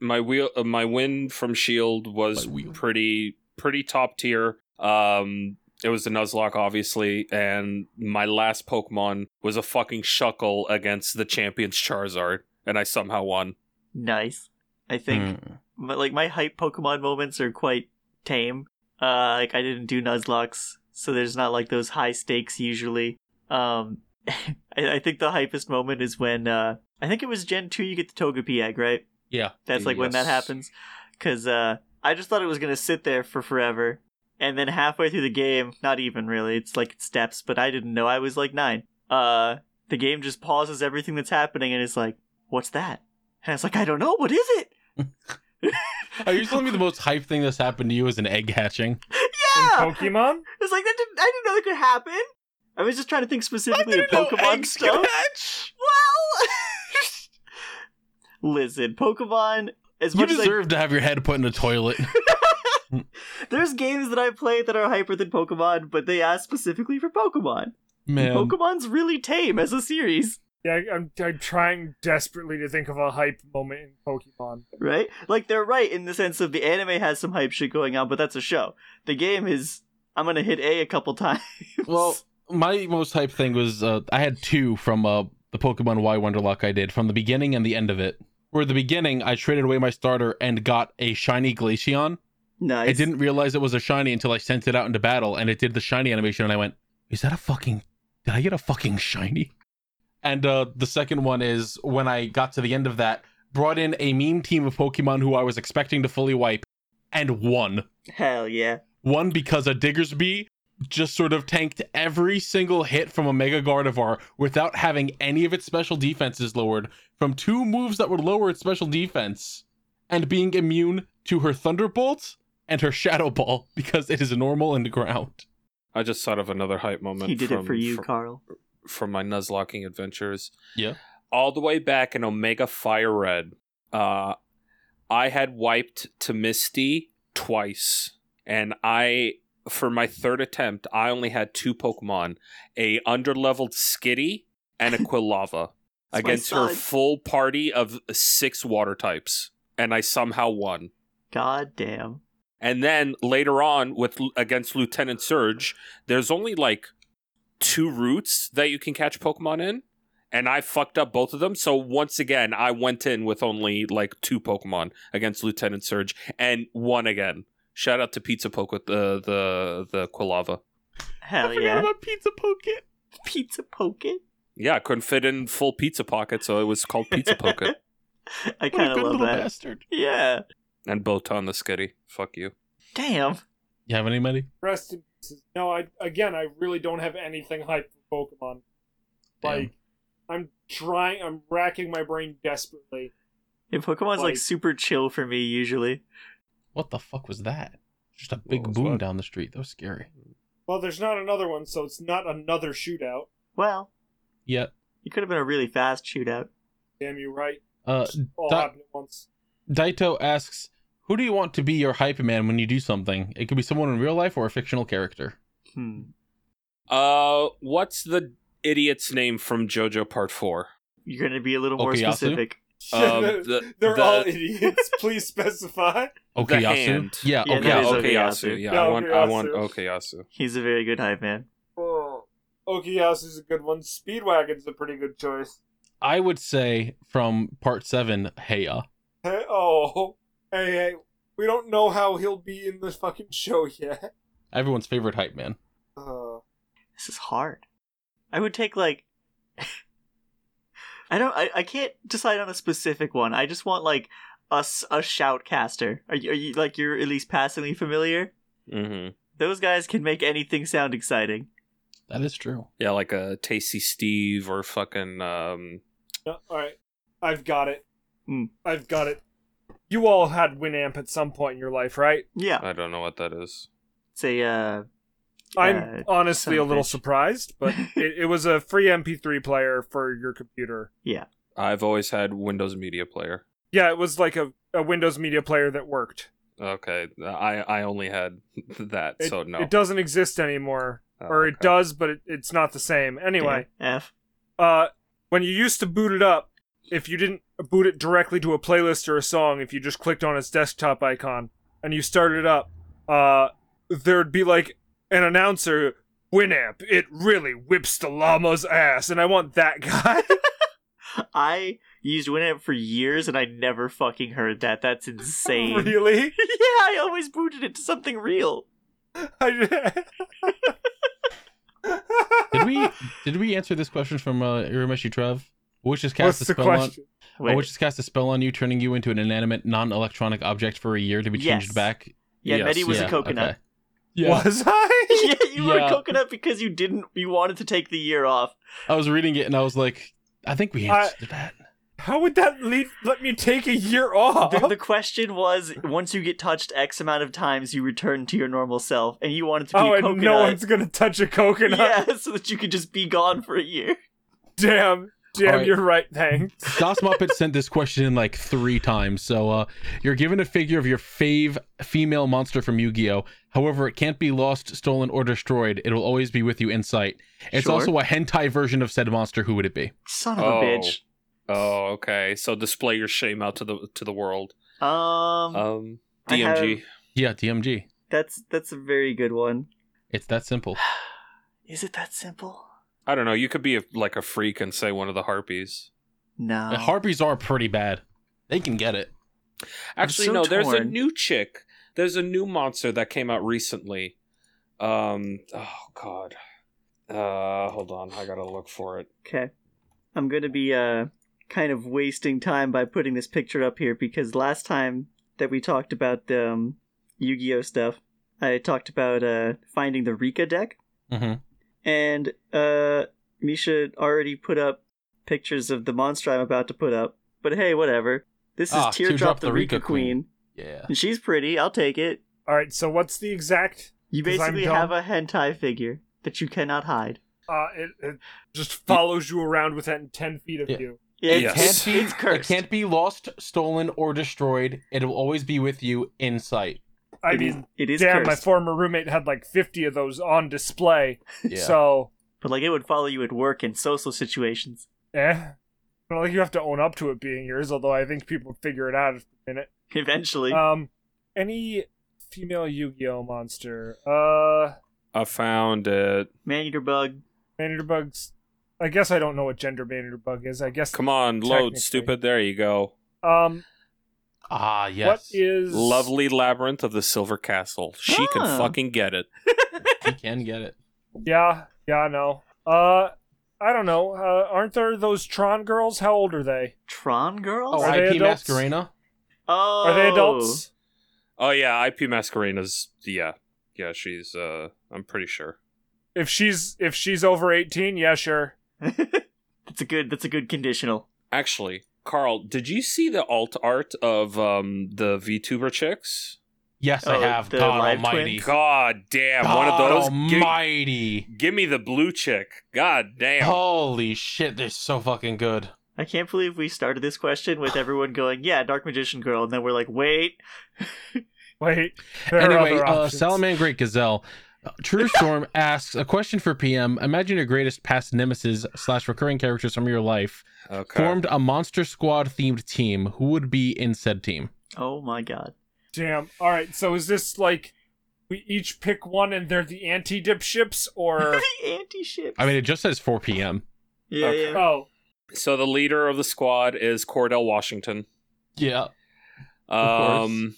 my wheel uh, my win from shield E was
My wheel.
pretty pretty top tier um it was the nuzlocke obviously and my last pokemon was a fucking shuckle against the champions charizard and i somehow won
Nice. I think,
Hmm.
but like my hype Pokemon moments are quite tame. Uh, like I didn't do Nuzlocks, so there's not like those high stakes usually. Um, I, I think the hypest moment is when uh, I think it was Gen two. You get the Togepi egg, right?
Yeah.
That's like when that
Yes.
happens. Because uh, I just thought it was gonna sit there for forever, and then halfway through the game, not even really. It's like steps, but I didn't know I was like nine. Uh, the game just pauses everything that's happening, and it's like, "What's that?" And I was like, "I don't know. What is it?"
Are you telling me the most hype thing that's happened to you is an egg hatching?
Yeah,
Pokemon?
it's like that didn't. I didn't know that could happen. I was just trying to think specifically of Pokemon stuff.
hatch.
Well, listen, Pokemon. As
You
much as I
deserve to have your head put in a toilet.
There's games that I play that are hyper than Pokemon, but they ask specifically for Pokemon.
Man.
Pokemon's really tame as a series,
Yeah, I- I'm, I'm trying desperately to think of a hype moment in Pokemon.
right? Like they're right in the sense of the anime has some hype shit going on, but that's a show. The game is I'm gonna hit A a couple times.
Well, my most hype thing was uh, I had two from uh, the Pokemon Y Wonderlock I did from the beginning and the end of it. Where the beginning, I traded away my starter and got a shiny Glaceon.
nice.
I didn't realize it was a shiny until I sent it out into battle, and it did the shiny animation, and I went, "Is that a fucking? Did I get a fucking shiny?" And uh, the second one is when I got to the end of that, brought in a meme team of Pokemon who I was expecting to fully wipe, and won.
Hell yeah.
One because a Diggersby just sort of tanked every single hit from a Mega Gardevoir without having any of its special defenses lowered from two moves that would lower its special defense and being immune to her Thunderbolt and her Shadow Ball because it is normal and ground.
I just thought of another hype moment.
He did
from,
it for you,
from,
Carl.
from my Nuzlocking adventures.
Yeah.
All the way back in Omega Fire Red, uh, I had wiped to Misty twice, and I for my third attempt, I only had two Pokemon: a underleveled Skitty and a Quilava
my
against her
son.
full party of six water types, and I somehow won.
God damn.
And then later on with against Lieutenant Surge, there's only like two routes that you can catch Pokemon in, and I fucked up both of them. So once again, I went in with only like two Pokemon against Lieutenant Surge and won again. Shout out to Pizza Poke with the the the Quilava.
Hell
I forgot
yeah.
about Pizza Pocket.
Pizza Pocket.
Yeah, I couldn't fit in full pizza pocket, so it was called Pizza Pocket.
I
What a
kinda
good
love
little
that.
bastard.
Yeah.
and Botan the Skitty. Fuck you.
Damn.
You have any money?
Rest in pieces. No, I again, I really don't have anything hype for Pokemon.
Damn.
Like, I'm trying, I'm racking my brain desperately.
And Pokemon's like
Like-
super chill for me usually.
What the fuck was that? Just a big
What was
boom
what?
down the street. That was scary.
Well, there's not another one, so it's not another shootout.
Well,
Yeah.
it could have been a really fast shootout.
Damn you right.
Uh,
All
Doc-
happened at once.
Daito asks, "Who do you want to be your hype man when you do something? It could be someone in real life or a fictional character."
Hmm.
Uh, what's the idiot's name from JoJo Part Four?
You're gonna be a little more
Okuyasu?
specific.
Um, the-
They're
the-
all idiots. Please specify.
The hand.
Yeah,
Yeah,
Okuyasu.
that
Yeah,
is
Okayasu.
Okuyasu.
Yeah,
Yeah,
I want, I want
Okuyasu.
Okayasu.
He's a very good hype man.
Oh, Okiyasu's a good one. Speedwagon's a pretty good choice.
I would say from part seven, Heya.
Hey, oh, hey, hey, we don't know how he'll be in the fucking show yet.
Everyone's favorite hype man.
Uh,
This is hard. I would take like I don't I, I can't decide on a specific one. I just want like a, s- a shoutcaster. Are you, are you like you're at least passingly familiar?
Mm-hmm.
Those guys can make anything sound exciting.
That is true.
Yeah, like a Tasty Steve or fucking um.
no, all right, I've got it.
Hmm.
I've got it. You all had Winamp at some point in your life, right?
Yeah.
I don't know what that is.
It's a uh Uh,
I'm honestly
son
a
of a
little
bitch.
surprised, but it, it was a free MP3 player for your computer.
yeah.
I've always had Windows Media Player.
Yeah, it was like a, a Windows Media Player that worked.
Okay, I I only had that,
It,
so no.
it doesn't exist anymore,
Oh,
or it
okay.
does, but it, it's not the same. Anyway,
Damn. F.
uh, when you used to boot it up, if you didn't boot it directly to a playlist or a song, if you just clicked on its desktop icon and you started it up, uh, there'd be like an announcer, Winamp, it really whips the llama's ass, and I want that guy.
I used Winamp for years and I never fucking heard that. That's insane.
Hmm.
yeah,
really?
I always booted it to something real.
I,
Did we did we answer this question from uh, Irameshi Trev? Witches
What's
cast a
the
spell on.
question?
A
Wait.
witch has cast a spell on you, turning you into an inanimate, non-electronic object for a year to be changed
Yes.
back.
yeah,
Yes,
Medi was
Yeah,
a coconut.
okay. Yeah,
Was I?
yeah, you were a
Yeah.
coconut because you didn't. You wanted to take the year off.
I was reading it and I was like, I think we
I-
answered that.
How would that lead, let me take a year off?
The, the question was: once you get touched X amount of times, you return to your normal self, and you wanted to be
oh,
a
and
coconut.
no one's gonna touch a coconut.
yeah, so that you could just be gone for a year.
Damn. Damn,
Alright.
you're right, Hank.
Das Muppet sent this question in like three times. So uh, you're given a figure of your fave female monster from Yu-Gi-Oh. However, it can't be lost, stolen, or destroyed. It will always be with you in sight. It's
Sure.
also a hentai version of said monster. Who would it be?
Son of
Oh.
a bitch.
Oh, okay. So display your shame out to the to the world.
Um,
Uh,
Um,
I have-
DMG.
Yeah, DMG.
that's that's a very good one.
It's that simple.
Is it that simple?
I don't know. You could be a, like a freak and say one of the harpies.
No.
The harpies are pretty bad. They can get it.
Actually,
so
no. There's a
torn.
new chick. There's a new monster that came out recently. Um. Oh God. Uh, hold on. I gotta look for it.
Okay. I'm going to be uh kind of wasting time by putting this picture up here because last time that we talked about the um, Yu-Gi-Oh stuff, I talked about uh finding the Rika deck
Mm-hmm.
and uh Misha already put up pictures of the monster I'm about to put up. But hey, whatever. This is
Ah,
Teardrop, the, Rika, Queen.
Yeah.
And she's pretty. I'll take it.
Alright, so what's the exact
You
'Cause I'm
basically
dumb.
have a hentai figure that you cannot hide.
uh it, it just follows you around within ten feet of
Yeah.
you.
It's,
Yes.
it's cursed.
It can't be lost, stolen, or destroyed. It will always be with you in sight.
I
It is-
mean
it is
damn, my
cursed.
former roommate had like fifty of those on display.
Yeah.
So
But like it would follow you at work and social situations.
eh. I don't think you have to own up to it being yours, although I think people figure it out in a minute.
Eventually.
Um any female Yu-Gi-Oh monster. Uh
I found it.
Man eater bug.
Manitobug's I guess I don't know what gender Manitobug is. I guess
Come on,
Technically.
load, stupid. There you go.
um
Ah, yes.
what is
Lovely labyrinth of the silver castle. She
Ah.
can fucking get it.
You can get it.
Yeah, yeah, I know. Uh, I don't know. Uh, aren't there those Tron girls? How old are they?
Tron girls?
Oh,
Are they
IP
adults?
Mascarena.
Oh.
Are they adults?
Oh yeah, IP Mascarena's. Yeah, yeah. She's. Uh, I'm pretty sure. Oh.
If she's if she's over eighteen, yeah, sure.
that's a good that's a good conditional.
Actually, Carl, did you see the alt art of um the VTuber chicks?
Yes, I
Oh,
have.
the
God
live
Almighty.
twins?
God damn,
God
one of those. Gi-
Almighty.
Give, me the blue chick. God damn.
Oh, Holy shit, they're so fucking good.
I can't believe we started this question with everyone going, Yeah, Dark Magician Girl, and then we're like, wait.
Wait. There are
anyway,
other
uh,
options.
Salaman Great Gazelle. uh, True Storm asks a question for PM. Imagine your greatest past nemesis slash recurring characters from your life
Okay.
formed a Monster Squad themed team. Who would be in said team?
Oh my god.
Damn. All right. So is this like we each pick one and they're the anti dip ships, or
the anti ship.
I mean, it just says 4 PM.
Yeah,
okay.
yeah.
oh,
so the leader of the squad is Cordell Washington.
Yeah. Of
Um,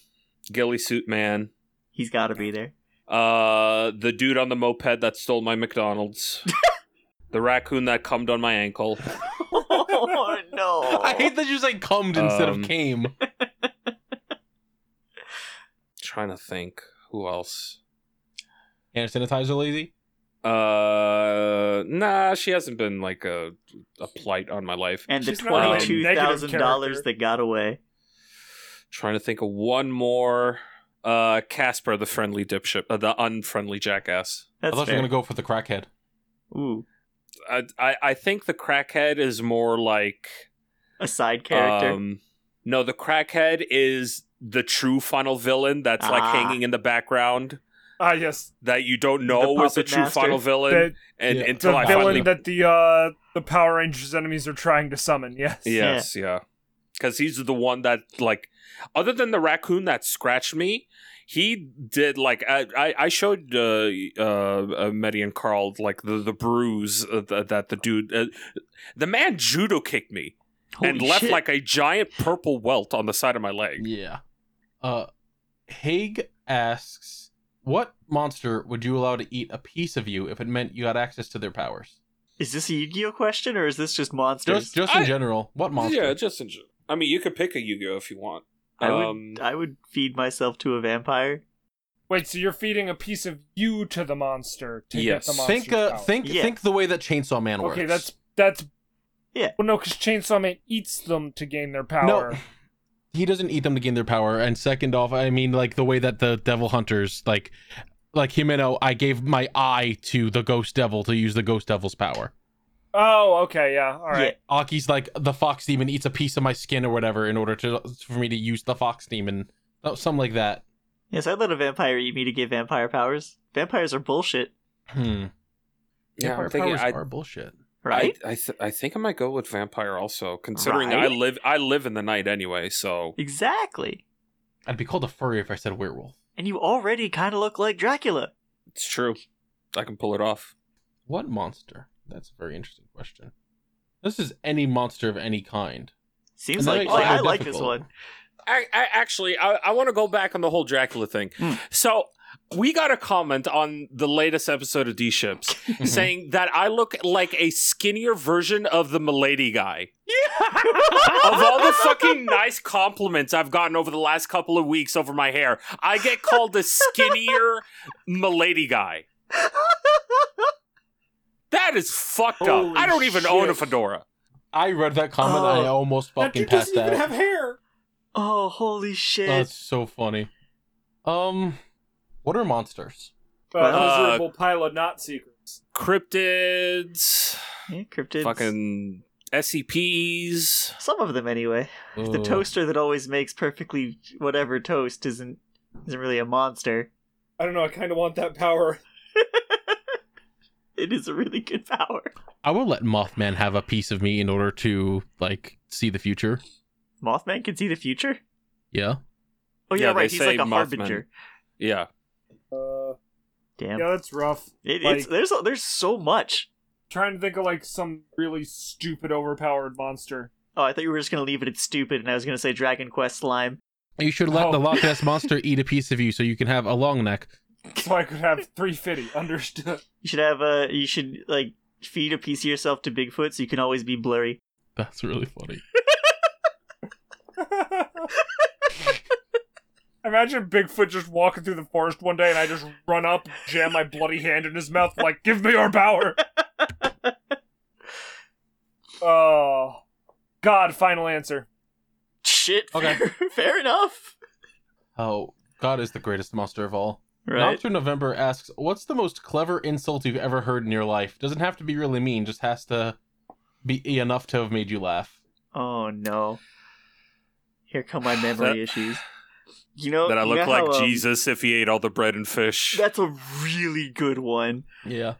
Gilly Suit Man.
He's gotta be there.
Uh, the dude on the moped that stole my McDonald's. the raccoon that cummed on my ankle.
oh no.
I hate that you say cummed instead
Um,
of came.
Trying to think. Who else?
Hand sanitizer lazy?
Uh, nah, she hasn't been like a a plight on my life.
and the
She's not
a
twenty-two thousand dollars
negative character.
that got away.
Trying to think of one more. Uh, Casper, the friendly dipshit, uh, the unfriendly jackass.
That's
I thought
fair.
you were going to go for the crackhead.
Ooh,
I, I I think the crackhead is more like
a side character.
Um, no, the crackhead is the true final villain that's like
Ah.
hanging in the background
ah, yes,
that you don't
The
know is the
puppet
true
master.
final villain,
the,
and
Yeah.
the
until I
villain
finally
that the uh the Power Rangers enemies are trying to summon. Yes.
Yes, yeah. Because he's the one that, like, other than the raccoon that scratched me, he did, like, I, I, I showed uh, uh, uh, Medi and Carl, like, the, the bruise uh, th- that the dude. Uh, the man judo kicked me
Holy
and left,
shit.
like, a giant purple welt on the side of my leg.
Yeah. Uh Haig asks, What monster would you allow to eat a piece of you if it meant you had access to their powers?
Is this a Yu-Gi-Oh question or is this just monsters?
Just, just in
I-
general, what monster?
Yeah, just in general. I mean, you could pick a Yu-Gi-Oh if you want.
I would
um,
I would feed myself to a vampire.
Wait, so you're feeding a piece of you to the monster to
Yes.
get the monster
think, uh, think,
Yeah.
think the way that Chainsaw Man works.
Okay, that's that's
Yeah.
Well, no, because Chainsaw Man eats them to gain their power.
No, he doesn't eat them to gain their power. And second off, I mean, like the way that the devil hunters, like, like Himeno, I gave my eye to the ghost devil to use the ghost devil's power.
Oh, okay, yeah, all right.
Aki's like the fox demon eats a piece of my skin or whatever in order to for me to use the fox demon, Oh, something like that.
Yeah. Yes, I'd let a vampire eat me to get vampire powers. Vampires are bullshit,
Hmm.
yeah, I'm
Vampire
thinking.
powers
I,
are bullshit.
right?
I I, th- I think I might go with vampire also, considering I
Right?
live I live in the night anyway. So
Exactly.
I'd be called a furry if I said werewolf.
And you already kind of look like Dracula.
it's true. I can pull it off.
What monster? That's a very interesting question. This is any monster of any kind.
Seems
And that
like
makes
oh,
it
I
more
like this
difficult.
one.
I, I actually I, I want to go back on the whole Dracula thing.
Hmm.
So we got a comment on the latest episode of D Ships saying that I look like a skinnier version of the Milady guy. of all the fucking nice compliments I've gotten over the last couple of weeks over my hair, I get called the skinnier Milady guy. That is fucked up.
Holy
I don't even own a
shit.
fedora.
I read that comment.
Oh.
I almost
That
fucking
dude
passed
doesn't
out.
even have hair.
Oh, holy shit!
That's so funny. Um, what are monsters?
Well,
uh,
uh,
miserable pile of not secrets.
Cryptids,
yeah, cryptids.
fucking E SCPs.
Some of them, anyway. The
Ugh.
toaster that always makes perfectly whatever toast isn't isn't really a monster.
I don't know. I kind of want that power.
It is a really good power.
I will let Mothman have a piece of me in order to like see the future.
Mothman can see the future.
Yeah.
Oh yeah,
Yeah, they
right. He's
say
like a
Mothman.
harbinger.
Yeah.
Uh,
Damn.
yeah, that's rough.
It,
Like-
it's there's there's so much.
Trying to think of like some really stupid, overpowered monster.
Oh, I thought you were just gonna leave it at stupid, and I was gonna say Dragon Quest slime.
You should let
Oh.
the Loch Ness monster eat a piece of you so you can have a long neck.
So I could have three fifty. Understood.
You should have a. You should like feed a piece of yourself to Bigfoot, so you can always be blurry.
That's really funny.
Imagine Bigfoot just walking through the forest one day, and I just run up, jam my bloody hand in his mouth, like, "Give me your power!" oh, God! Final answer.
Shit.
Okay.
Fair, fair enough.
Oh, God is the greatest monster of all.
Right.
Doctor November asks, "What's the most clever insult you've ever heard in your life? Doesn't have to be really mean. Just has to be enough to have made you laugh."
Oh no. Here come my memory
That-
issues. You know
That I
you
look
know
like
how, um,
Jesus if he ate all the bread and fish.
That's a really good one.
Yeah.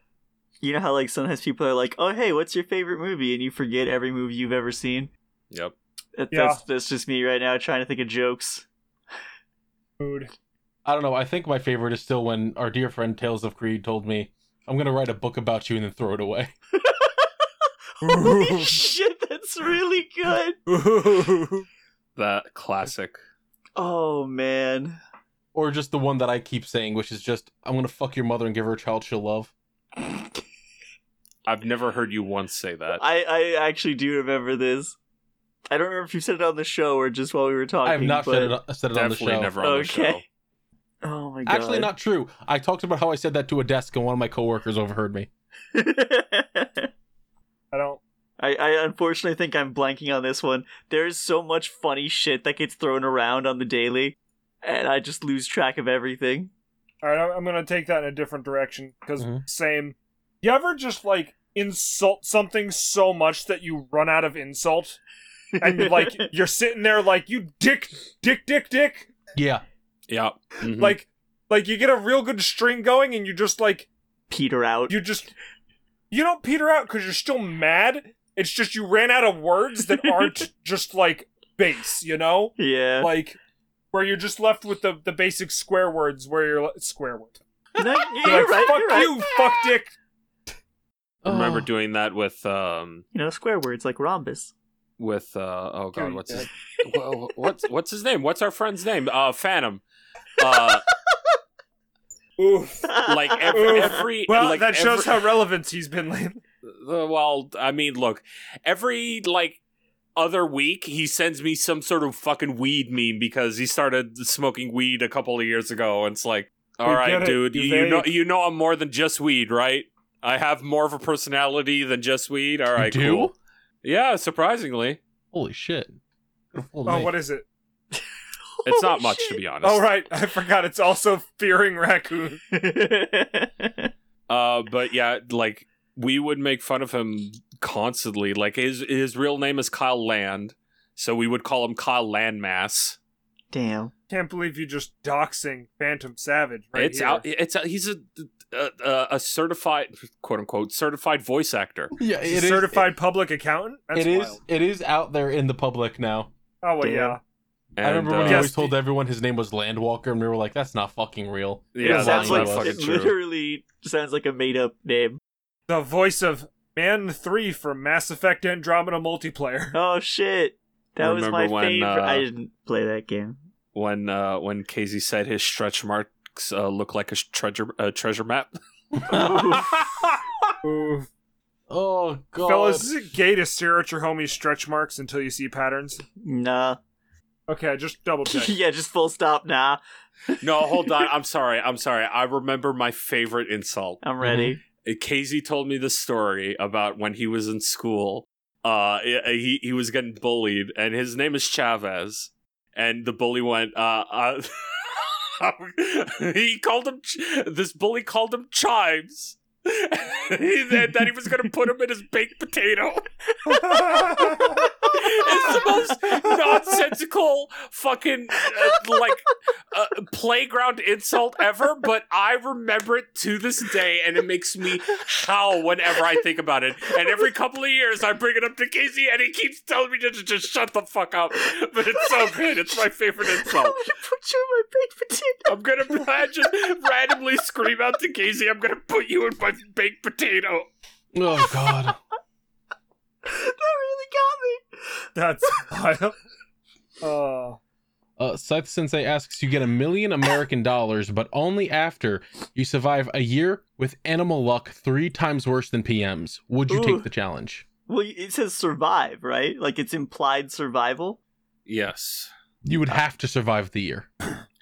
You know how like sometimes people are like, "Oh hey, what's your favorite movie?" and you forget every movie you've ever seen.
Yep.
That,
Yeah.
That's that's just me right now trying to think of jokes.
Food.
I don't know. I think my favorite is still when our dear friend Tales of Creed told me, "I'm gonna write a book about you and then throw it away."
Holy shit, that's really good.
That classic.
Oh man.
or just the one that I keep saying, which is just, "I'm gonna fuck your mother and give her a child she'll love."
I've never heard you once say that.
I I actually do remember this. I don't remember if you said it on the show or just while we were talking.
I have not
but...
said it, on- said it on the
Definitely
show.
never on the show.
Okay. Oh my god.
Actually, not true. I talked about how I said that to a desk, and one of my coworkers overheard me.
I don't.
I, I unfortunately think I'm blanking on this one. There is so much funny shit that gets thrown around on the daily, and I just lose track of everything.
All right, I'm- I'm gonna take that in a different direction because
Mm-hmm.
Mhm.
same. You ever just like insult something so much that you run out of insult, and you, like you're sitting there like you dick, dick, dick, dick.
Yeah.
Yeah.
Mm-hmm.
Mhm.
like like you get a real good string going and you just like
Peter out.
you just you don't peter out because you're still mad it's just you ran out of words that aren't just like base you know
yeah.
like where you're just left with the the basic square words where you're like, square word
No, you're,
You're like
right.
fuck
you're right.
you fuck dick
I remember
Oh.
doing that with um
You know, square words like rhombus.
with uh oh
Here
god,
you
what's
go.
his wha- what's what's his name? What's our friend's name? Uh Phantom. Uh
Oof.
Like ev-
Oof.
every,
Well,
like
that shows
every-
how relevant he's been lately.
Uh, well, I mean, look, every like other week he sends me some sort of fucking weed meme because he started smoking weed a couple of years ago, and it's like, all
We
right,
get it.
dude, you,
You're
you know,
vague."
you know, I'm more than just weed, right? I have more of a personality than just weed. All right,
do?
cool. Yeah, surprisingly,
Holy shit. Could've fooled
Oh,
me.
what is it?
it's not much to be honest.
Oh, right. I forgot. It's also fearing raccoon.
Uh, but yeah, like we would make fun of him constantly. Like his his real name is Kyle Land, so we would call him Kyle Landmass.
Damn.
Can't believe you just doxing Phantom Savage right
it's
here.
out. It's out, he's a, a uh, a- a certified quote unquote certified voice actor.
yeah,
He's
it
a
is-
certified public accountant. That's
it is
wild.
it is out there in the public now.
Oh, well,
Damn.
yeah.
And,
I remember when
uh,
he
Yes,
always told
the-
everyone his name was Landwalker, and we were like, "That's not fucking real."
yeah,
it
that's
sounds
not
like
fucking
it
true.
literally sounds like a made up name.
The voice of Man 3 from Mass Effect Andromeda Multiplayer.
Oh shit. That was
Remember
my
when,
favorite. I
uh,
didn't play that game.
When uh, when Casey said his stretch marks uh, look like a sh- treasure uh, treasure map.
Ooh.
Oh god,
Fellas, is it gay to stare at your homie's stretch marks until you see patterns?
Nah.
Okay, I just double check.
yeah, just full stop. Nah.
no, hold on. I'm sorry. I'm sorry. I remember my favorite
Oh,
insult.
I'm ready.
Uh, Casey told me the story about when he was in school. Uh, i- i- he he was getting bullied, and his name is Chavez. And the bully went, uh, uh he called him. Ch- This bully called him Chives. he said that he was gonna put him in his baked potato. it's the most nonsensical fucking uh, like uh, playground insult ever, but I remember it to this day, and it makes me howl whenever I think about it. And every couple of years, I bring it up to Casey, and he keeps telling me to to just shut the fuck up. But it's so good; it's my favorite
I'm
insult.
gonna put you in my baked potato.
I'm gonna I just randomly scream out to Casey, "I'm gonna put you in my baked potato."
oh god.
That really got me.
That's wild. Oh.
Uh, Scythe Sensei asks, you get a million American dollars, but only after you survive a year with animal luck three times worse than PM's. Would you
Ooh.
take the challenge?
Well, it says survive, right? Like it's implied survival.
Yes.
You would have to survive the year.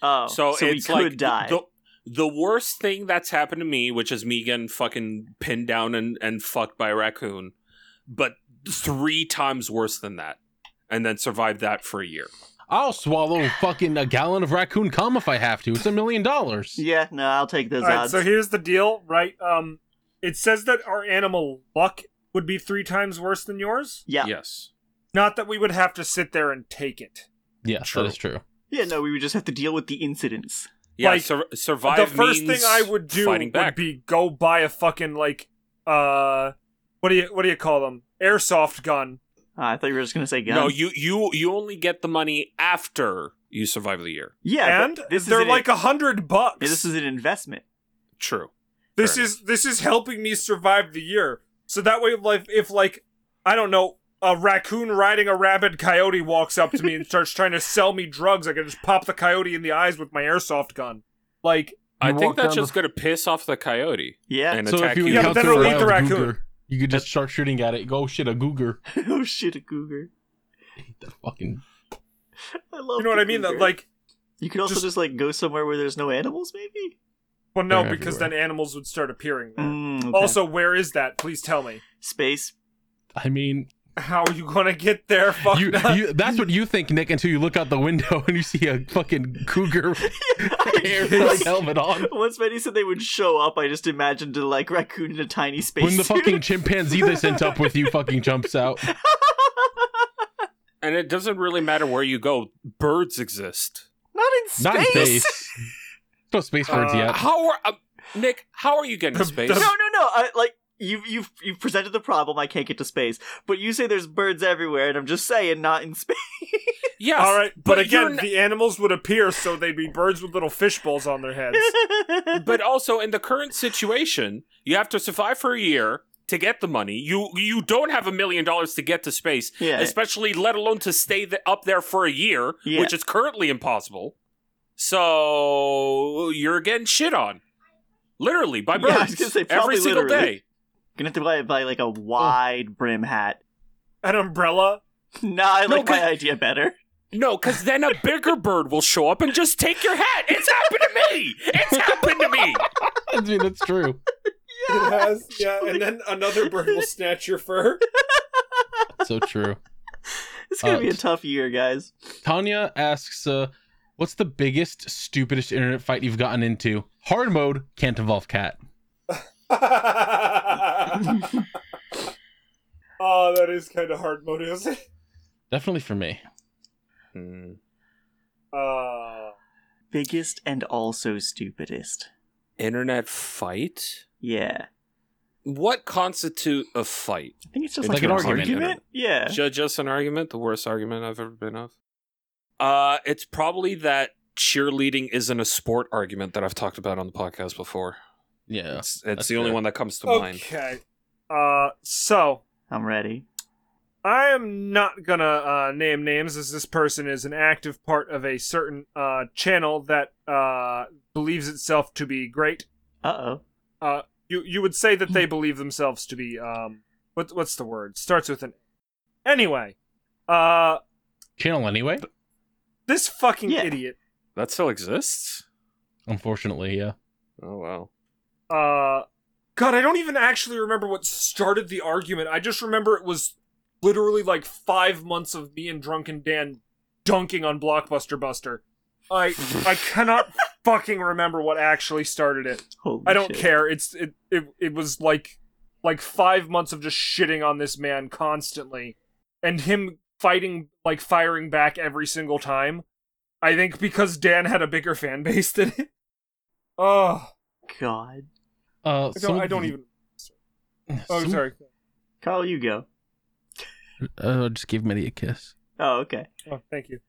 Oh,
so,
so, we
it's
could
like
die.
The, the worst thing that's happened to me, which is me getting fucking pinned down and, and fucked by a raccoon, but three times worse than that, and then survived that for a year.
I'll swallow fucking a gallon of raccoon cum if I have to. It's a million dollars.
yeah, no, I'll take those
Alright,
odds.
so here's the deal, right? Um, It says that our animal luck would be three times worse than yours.
yeah. yeah,
Yes.
Not that we would have to sit there and take it.
Yes,
True.
that is true.
No, we would just have to deal with the incidents.
Yeah.
Like,
sur- survive.
the first thing
means
I would do
fighting
would
back.
be go buy a fucking like uh what do you what do you call them? Airsoft gun.
Uh, I thought you were just gonna say gun.
no. You you you only get the money after you survive the year.
yeah,
and
but this
they're
isn't
like
it.
a hundred bucks.
Yeah, this is an investment.
True.
this
fair
is this is helping me survive the year. So that way like if like I don't know, a raccoon riding a rabid coyote walks up to me and starts trying to sell me drugs, I can just pop the coyote in the eyes with my airsoft gun. Like
I
You
think
walk
that's
down
just gonna piss off the coyote
Yeah.
and
So
attack
if you
you.
Yeah, but then
encounter a
it'll eat the
wild
raccoon.
cougar, you could just start shooting at it. and Go, oh shit, a cougar.
oh shit, a cougar.
That fucking
I love.
you know
the
what I mean?
Cougar.
That like
you could also
just-
just, like go somewhere where there's no animals, maybe.
well no,
They're
because
everywhere.
then animals would start appearing there.
Mm, okay.
Also, where is that? Please tell me.
space.
I mean,
How are you gonna get there? Fuck
you,
that.
you, that's what you think, Nick, until you look out the window and you see a fucking cougar hair like helmet on.
Once Betty said they would show up, I just imagined a like raccoon in a tiny space.
When the
suit.
fucking chimpanzee they sent up with you fucking jumps out.
and it doesn't really matter where you go. Birds exist.
not in space.
Not in space. No space birds
Uh,
yet.
How are uh, Nick? How are you getting to
The-
space?
the-
No, no, no. I, like you've you've you've presented the problem. I can't get to space, but you say there's birds everywhere, and I'm just saying not in space.
Yes.
All right, but,
you're
again, the animals would appear, so they'd be birds with little fish balls on their heads.
n- but also in the current situation, you have to survive for a year to get the money. You you don't have a million dollars to get to space,
Yeah.
especially let alone to stay th- up there for a year,
Yeah.
which is currently impossible. So you're getting shit on. Literally by
Yeah, I
birds
was gonna say,
every
probably
single
literally.
day.
Gonna have to buy, buy like a
Oh.
wide brim hat.
An umbrella.
Nah, I
No,
like my
'cause-
idea better.
No, because then a bigger bird will show up and just take your hat. It's happened to me. It's happened to me.
I mean, that's true.
It has, yeah, and then another bird will snatch your fur.
So true.
It's gonna
Uh,
be a tough year, guys.
Tanya asks, uh, "What's the biggest, stupidest internet fight you've gotten into? Hard mode can't involve cat.
oh, that is kind of hard mode, isn't it?
Definitely for me.
Hmm.
Uh,
Biggest and also stupidest.
Internet fight?
Yeah.
What constitute a fight?
I think it's just
It's
like,
like an
an
argument.
argument. Yeah.
Ju- Just an argument? The worst argument I've ever been of? Uh, it's probably that cheerleading isn't a sport argument that I've talked about on the podcast before.
Yeah.
It's,
that's
it's the only
fair.
one that comes to mind.
okay. Uh, so
I'm ready.
I am not gonna uh, name names as this person is an active part of a certain uh, channel that uh, believes itself to be great.
Uh oh.
You you would say that they believe themselves to be um what what's the word starts with an anyway. Uh,
Channel anyway.
this fucking
Yeah.
idiot.
That still exists?
Unfortunately, yeah.
Oh, wow.
Uh, God, I don't even actually remember what started the argument. I just remember it was literally like five months of me and Drunken Dan dunking on Blockbuster Buster. I I cannot fucking remember what actually started it.
Holy
I don't
shit.
care. It's it, it it was like like five months of just shitting on this man constantly, and him fighting like firing back every single time. I think because Dan had a bigger fan base than it. Oh,
God.
Uh,
I
some
don't,
of
I don't
the-
even. Oh,
some-
sorry.
Carl, you go.
Uh, just give Mitty a kiss.
Oh, okay.
Oh, thank you.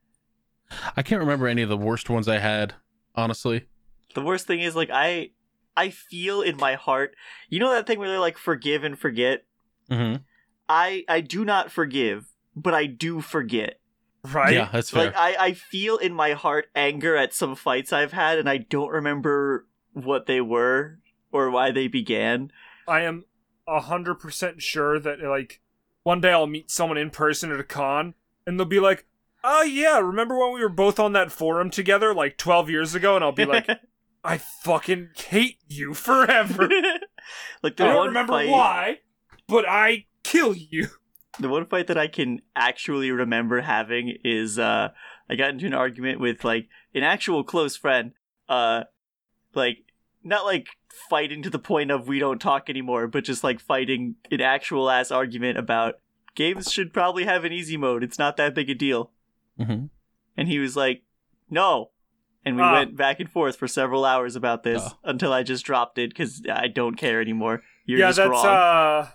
I can't remember any of the worst ones I had. Honestly,
The worst thing is like I I feel in my heart you know that thing where they're like forgive and forget?
mm-hmm.
I I do not forgive, but I do forget.
Right?
yeah, that's fair.
Like I, I feel in my heart anger at some fights I've had and I don't remember what they were or why they began.
I am hundred percent sure that like one day I'll meet someone in person at a con, and they'll be like, "Oh yeah, remember when we were both on that forum together like twelve years ago?" And I'll be like, "I fucking hate you forever.
like
I
the
don't
one
remember
fight,
why, but I kill you."
the one fight that I can actually remember having is uh I got into an argument with like an actual close friend, uh like not like fighting to the point of we don't talk anymore, but just like fighting an actual ass argument about games should probably have an easy mode. It's not that big a deal.
Mhm.
And he was like, "No." And we
Ah.
went back and forth for several hours about this
Ah.
until I just dropped it cuz I don't care anymore. You're
yeah,
just
that's
wrong.
uh,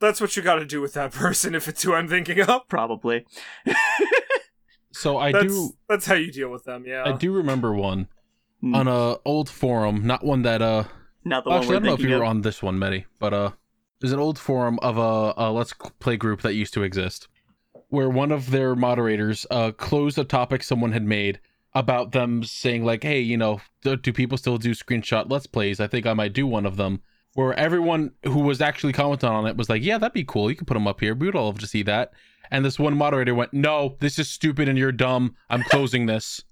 that's what you got to do with that person if it's who I'm thinking of.
Probably.
So I
that's,
do,
That's how you deal with them. Yeah.
I do remember one
Hmm.
on a old forum, not one that uh.
Not the
Actually, I
one
don't
we're
know if
thinking
you were
of.
on this one, Medi, but uh, there's an old forum of a, a Let's Play group that used to exist, where one of their moderators uh closed a topic someone had made about them saying like, "Hey, you know, do, do people still do screenshot Let's Plays? I think I might do one of them." Where everyone who was actually commenting on it was like, "Yeah, that'd be cool. You could put them up here. We would all love to see that." And this one moderator went, "No, this is stupid, and you're dumb. I'm closing this."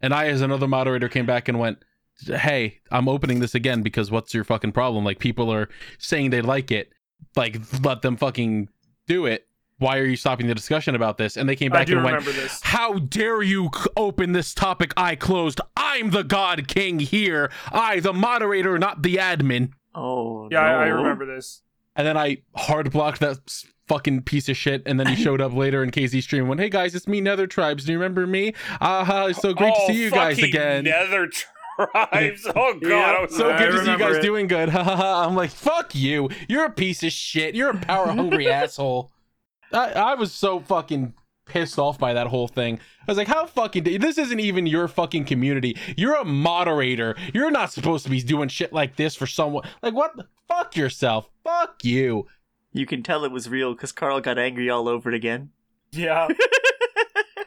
And I, as another moderator, came back and went, hey, I'm opening this again because what's your fucking problem? Like people are saying they like it. Like let them fucking do it. Why are you stopping the discussion about this? And they came
I
back
do
and went,
remember this.
how dare you c- open this topic I closed? I'm the god king here. I the moderator, not the admin.
Oh,
Yeah, I, I
no.
remember this.
And then I hard blocked that s- fucking piece of shit. And then he showed up later in KZ stream and went, Hey guys, it's me, Nether Tribes. Do you remember me? Aha, it's so great
Oh,
to see you guys
Oh, fucking
again.
Nether tribes. Oh god, I was
so
I
good to see you
remember
guys
it.
doing good. Ha, ha, ha. I'm like, fuck you. You're a piece of shit. You're a power hungry asshole. I, I was so fucking pissed off by that whole thing. I was like, how fucking da- this isn't even your fucking community. You're a moderator. You're not supposed to be doing shit like this for someone. Like what? the- Fuck yourself. Fuck you.
You can tell it was real because Carl got angry all over it again.
Yeah.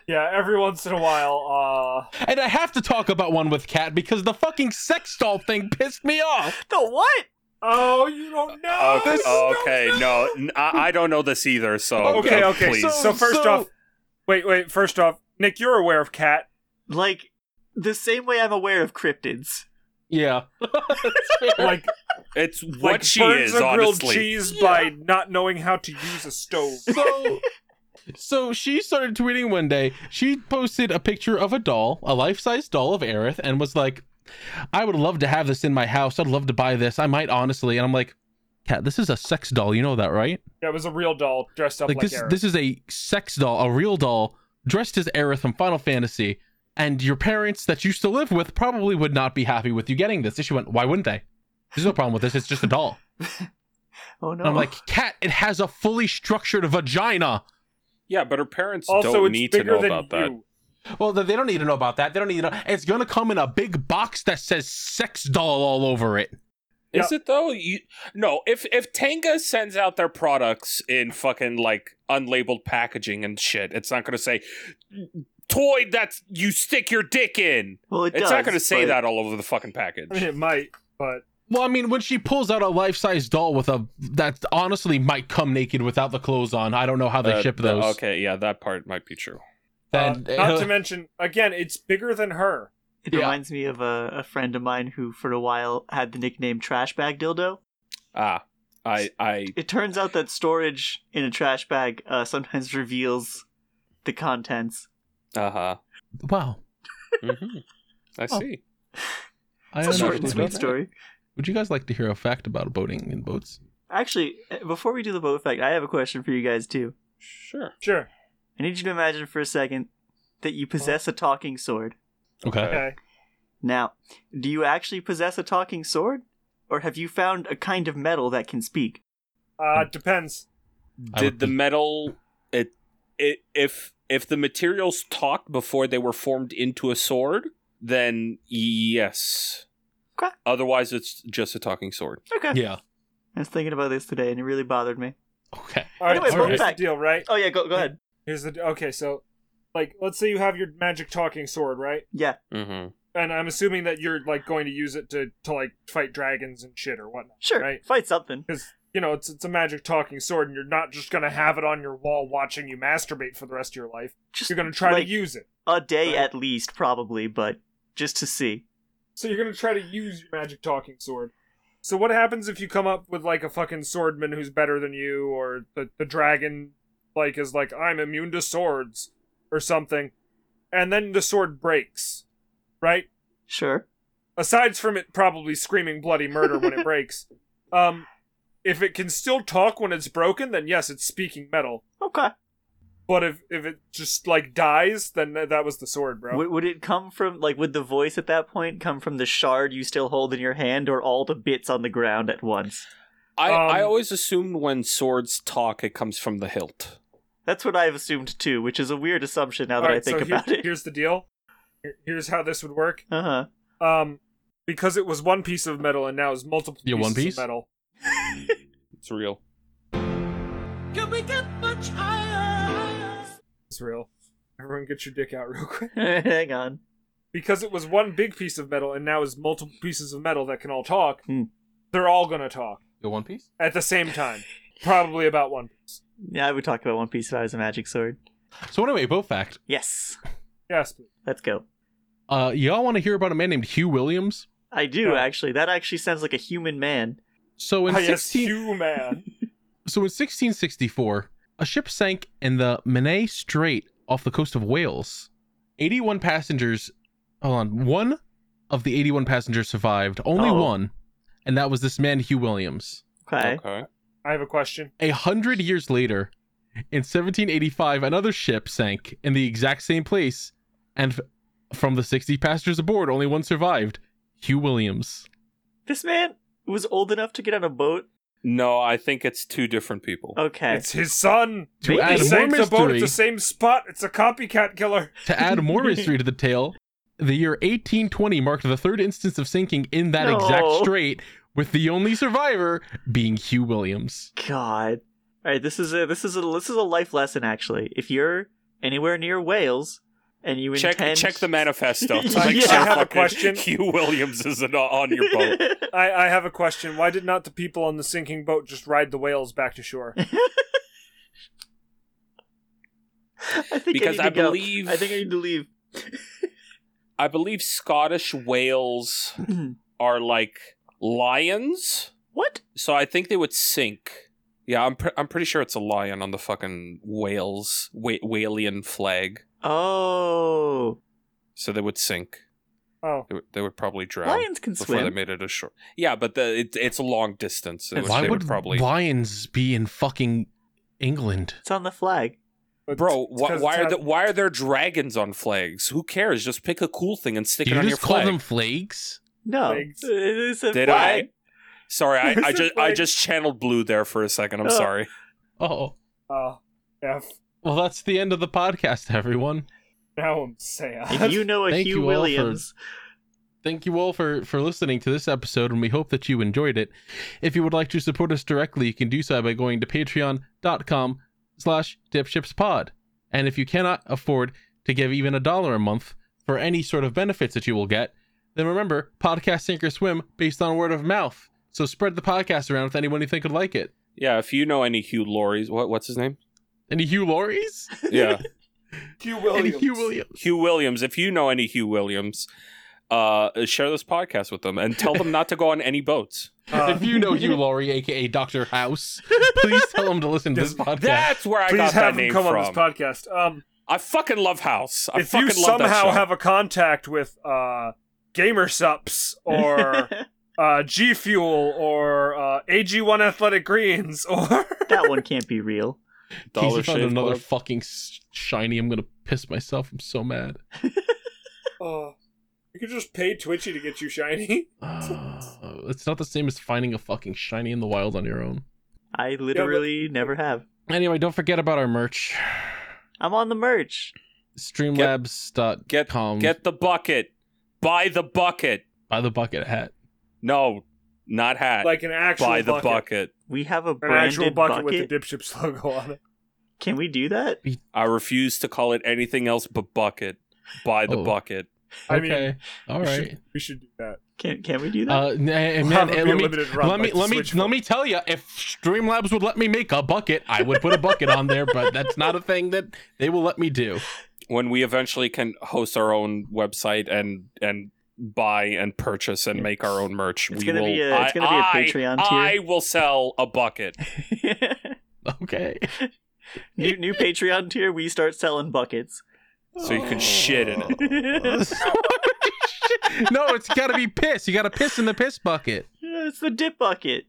Yeah, every once in a while, uh,
And I have to talk about one with Cat because the fucking sex doll thing pissed me off.
The what?
oh, you
Uh,
don't know.
Okay, okay, no, n- I, I don't know this either. So
Okay,
uh,
okay.
please.
So, so first
so-
off, wait, wait. First off, Nick, you're aware of Cat.
Like the same way I'm aware of cryptids.
Yeah.
Like,
it's what
like
she
burns
is,
a grilled
honestly.
cheese by not knowing how to use a stove.
so so she started tweeting one day she posted a picture of a doll a life-size doll of Aerith and was like i would love to have this in my house i'd love to buy this i might honestly and i'm like cat this is a sex doll you know that right
That was a real doll dressed up
like,
like,
this
Eric.
this is a sex doll a real doll dressed as Aerith from final fantasy and your parents that you still live with probably would not be happy with you getting this and she went why wouldn't they there's no problem with this it's just a doll
Oh no.
and i'm like cat it has a fully structured vagina
Yeah, but her parents
also,
don't
it's
need to
bigger
know
than
about that.
you.
Well, they they don't need to know about that. They don't need to know. It's going to come in a big box that says sex doll all over it.
Is it though? You, no, if if Tenga sends out their products in fucking like unlabeled packaging and shit, it's not gonna say toy that you stick your dick in.
well, it
it's
does,
not gonna say
but-
that all over the fucking package.
I mean, it might, but
Well, I mean, when she pulls out a life-size doll with a that honestly might come naked without the clothes on, I don't know how they
Uh,
ship
the-
those.
okay, yeah, that part might be true.
uh,
Then-
not to mention, again, it's bigger than her.
It
Yeah.
reminds me of a, a friend of mine who, for a while, had the nickname Trash Bag Dildo.
Ah, I I
It turns out that storage in a trash bag uh, sometimes reveals the contents.
uh huh.
wow.
hmm I
Oh.
see.
It's a
I hadn't
short and
actually
sweet
done that.
story.
Would you guys like to hear a fact about boating in boats?
Actually, uh, before we do the boat fact, I have a question for you guys too.
Sure.
Sure.
I need you to imagine for a second that you possess a talking sword.
Okay.
Okay.
Now, do you actually possess a talking sword? Or have you found a kind of metal that can speak?
Uh,
Hmm.
depends.
I would
Did the
be-
metal it, it if if the materials talked before they were formed into a sword, then yes.
Okay.
Otherwise it's just a talking sword.
Okay.
Yeah.
I was thinking about this today and it really bothered me.
Okay.
All right.
Anyway,
so
fun
here's the
fact.
deal, right?
Oh, yeah, go, go ahead.
Here's the okay. So, like, let's say you have your magic talking sword, right?
Yeah.
Mm-hmm.
And I'm assuming that you're like going to use it to to like fight dragons and shit or whatnot.
Sure.
Right.
Fight something.
Because you know it's it's a magic talking sword, and you're not just gonna have it on your wall watching you masturbate for the rest of your life.
Just
You're gonna try
like,
to use it.
a day
Right.
at least, probably, but just to see.
So you're gonna try to use your magic talking sword. So what happens if you come up with like a fucking swordman who's better than you, or the the dragon like is like I'm immune to swords or something, and then the sword breaks, right?
Sure.
Aside from it probably screaming bloody murder when it breaks, um, if it can still talk when it's broken, then yes, it's speaking metal.
Okay.
But if if it just like dies, then th- that was the sword, bro.
Would, would it come from like would the voice at that point come from the shard you still hold in your hand or all the bits on the ground at once?
I,
Um,
I always assumed when swords talk it comes from the hilt.
That's what I've assumed too, which is a weird assumption now that I
Alright,
think
so here-
about it.
Here's the deal. Here- Here's how this would work.
Uh huh.
Um, because it was one piece of metal and now it's multiple
Yeah,
pieces
one piece?
of metal.
It's real.
It's real. Everyone, get your dick out real quick.
Hang on.
Because it was one big piece of metal and now is multiple pieces of metal that can all talk.
Hmm.
They're all gonna talk
The One Piece?
at the same time, probably about one piece.
Yeah, I would talk about One Piece if I was a magic sword.
So anyway, boat fact.
Yes.
Yes, please.
Let's go.
Uh, y'all want to hear about a man named Hugh Williams?
I do
Yeah.
actually. That actually sounds like a human man.
So in
Ah,
16...
yes, you man.
So in 1664, a ship sank in the Menai Strait off the coast of Wales. 81 passengers, hold on, one of the 81 passengers survived, only
Oh.
one, and that was this man Hugh Williams.
Okay.
Okay.
I have a question.
A hundred years later, in 1785, another ship sank in the exact same place, and f- from the 60 passengers aboard, only one survived. Hugh Williams.
This man was old enough to get on a boat.
No, I think it's two different people.
Okay.
It's his son.
To
Maybe
add
He
Adam
more
sank the boat
mystery,
at the same spot. It's a copycat killer.
To add more mystery to the tale, the year 1820 marked the third instance of sinking in that exact
No.
strait, with the only survivor being Hugh Williams.
God. All right, this is a this is a this is a life lesson actually. If you're anywhere near Wales, and you
Check
intend
check the manifesto. to
Yeah.
make sure
I have
a
fucking
question.
Hugh Williams isn't on your boat.
I, I have a question. Why did not the people on the sinking boat just ride the whales back to shore?
I think
Because
I, need
I
to go.
believe-
I think I need to leave.
I believe Scottish whales are like lions,
What?
so I think they would sink. Yeah, I'm pre- I'm pretty sure it's a lion on the fucking Wales wh- Walian flag,
Oh,
so they would sink.
Oh,
They would, they would probably drown
lions can
before they
swim.
made it ashore. Yeah, but the it, it's a long distance. It
And
was-
Why
they
would
probably
lions be in fucking England?
It's on the flag.
but
Bro,
it's
why,
'cause
why
it's
are
had-
the, why are there dragons on flags? Who cares? Just pick a cool thing and stick
Do
it
you
on
just
your
call
flag.
them flakes?
No,
Flags.
it is a
Did
flag.
I? Sorry, I, I
It's a
just I
flag.
just channeled blue there for a second. I'm
Oh.
sorry.
Oh,
Oh, yeah.
well, that's the end of the podcast, everyone.
Now I'm sad.
If you know a
Thank
Hugh
you all for-
Williams,
Thank you all for, for listening to this episode, and we hope that you enjoyed it. If you would like to support us directly, you can do so by going to patreon.com slash dipshipspod. And if you cannot afford to give even a dollar a month for any sort of benefits that you will get, then remember, podcast sink or swim based on word of mouth. So spread the podcast around with anyone you think would like it.
Yeah, if you know any Hugh Laurie's, what what's his name?
Any Hugh Laurie's?
Yeah,
Hugh
Any
Williams.
Hugh Williams?
Hugh Williams. If you know any Hugh Williams, uh, share this podcast with them and tell them not to go on any boats.
Uh,
if you know Hugh Laurie, aka Doctor House, please tell him to listen to this podcast.
That's where I
please
got that
have him
name
come
from.
on this podcast. Um,
I fucking love House. I
if
fucking
you
love that show.
somehow have a contact with uh, Gamersups or uh, G Fuel or uh, AG1 Athletic Greens or
that one can't be real.
Dollar
Casey found
Shave
another
uh,
Club.
fucking s- shiny. I'm gonna piss myself. I'm so mad.
Oh, you could just pay Twitchy to get you shiny.
Uh, it's not the same as finding a fucking shiny in the wild on your own.
I literally never have.
Anyway, don't forget about our merch.
I'm on the merch.
Get
Streamlabs.com.
get the bucket. Buy the bucket.
buy the bucket hat.
No, not hat.
Like an actual
buy the
bucket.
bucket.
We have a
An actual
branded
bucket,
bucket.
with the dipships logo on it.
Can we do that?
I refuse to call it anything else but bucket. Buy the
Oh.
bucket.
I mean,
okay. All
We should-
right.
we should do that.
Can Can we do that?
Uh, n- eh,
We'll
man,
have it be
eh,
a
let me
limited run,
let me
like the
let me
Switch
let
phone.
me tell you. If Streamlabs would let me make a bucket, I would put a bucket on there. But that's not a thing that they will let me do.
When we eventually can host our own website and and buy and purchase and make our own merch,
It's
we
gonna
will.
be a- it's
I-
gonna be a
I-
Patreon
I
tier.
will sell a bucket.
Okay.
new New Patreon tier. We start selling buckets.
So you can shit in it.
it's
no, it's got to be piss. You got to piss in the piss bucket.
the dip bucket.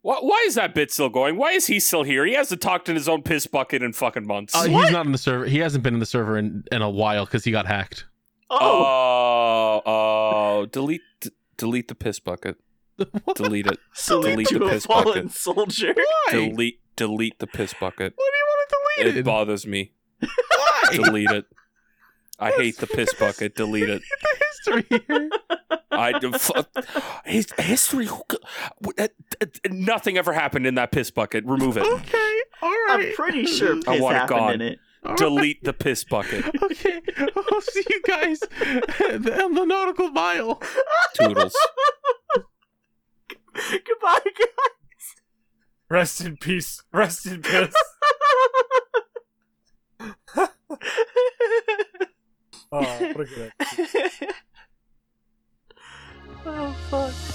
Why, why is that bit still going? Why is he still here? He hasn't talked in his own piss bucket in fucking months.
Oh,
Uh, he's not in the server. He hasn't been in the server in, in a while because he got hacked.
Oh,
oh, oh, delete, d- delete the piss bucket. Delete it.
salute
delete
to
the
a
piss
fallen
bucket.
soldier.
Delete, delete the piss bucket.
What do you want it
It
deleted?
bothers me.
Why?
Delete it. I hate the piss bucket. Delete it.
the history here.
I d- f- his history. who c- w- uh, uh, Nothing ever happened in that piss bucket. Remove it.
Okay. All
I'm
right.
pretty sure piss
I want it
happened
gone.
in it.
All right.
Delete the piss bucket.
Okay. I'll see you guys on the nautical mile.
Toodles.
Goodbye, guys.
Rest in peace. Rest in peace. oh, what a good episode.
oh fuck.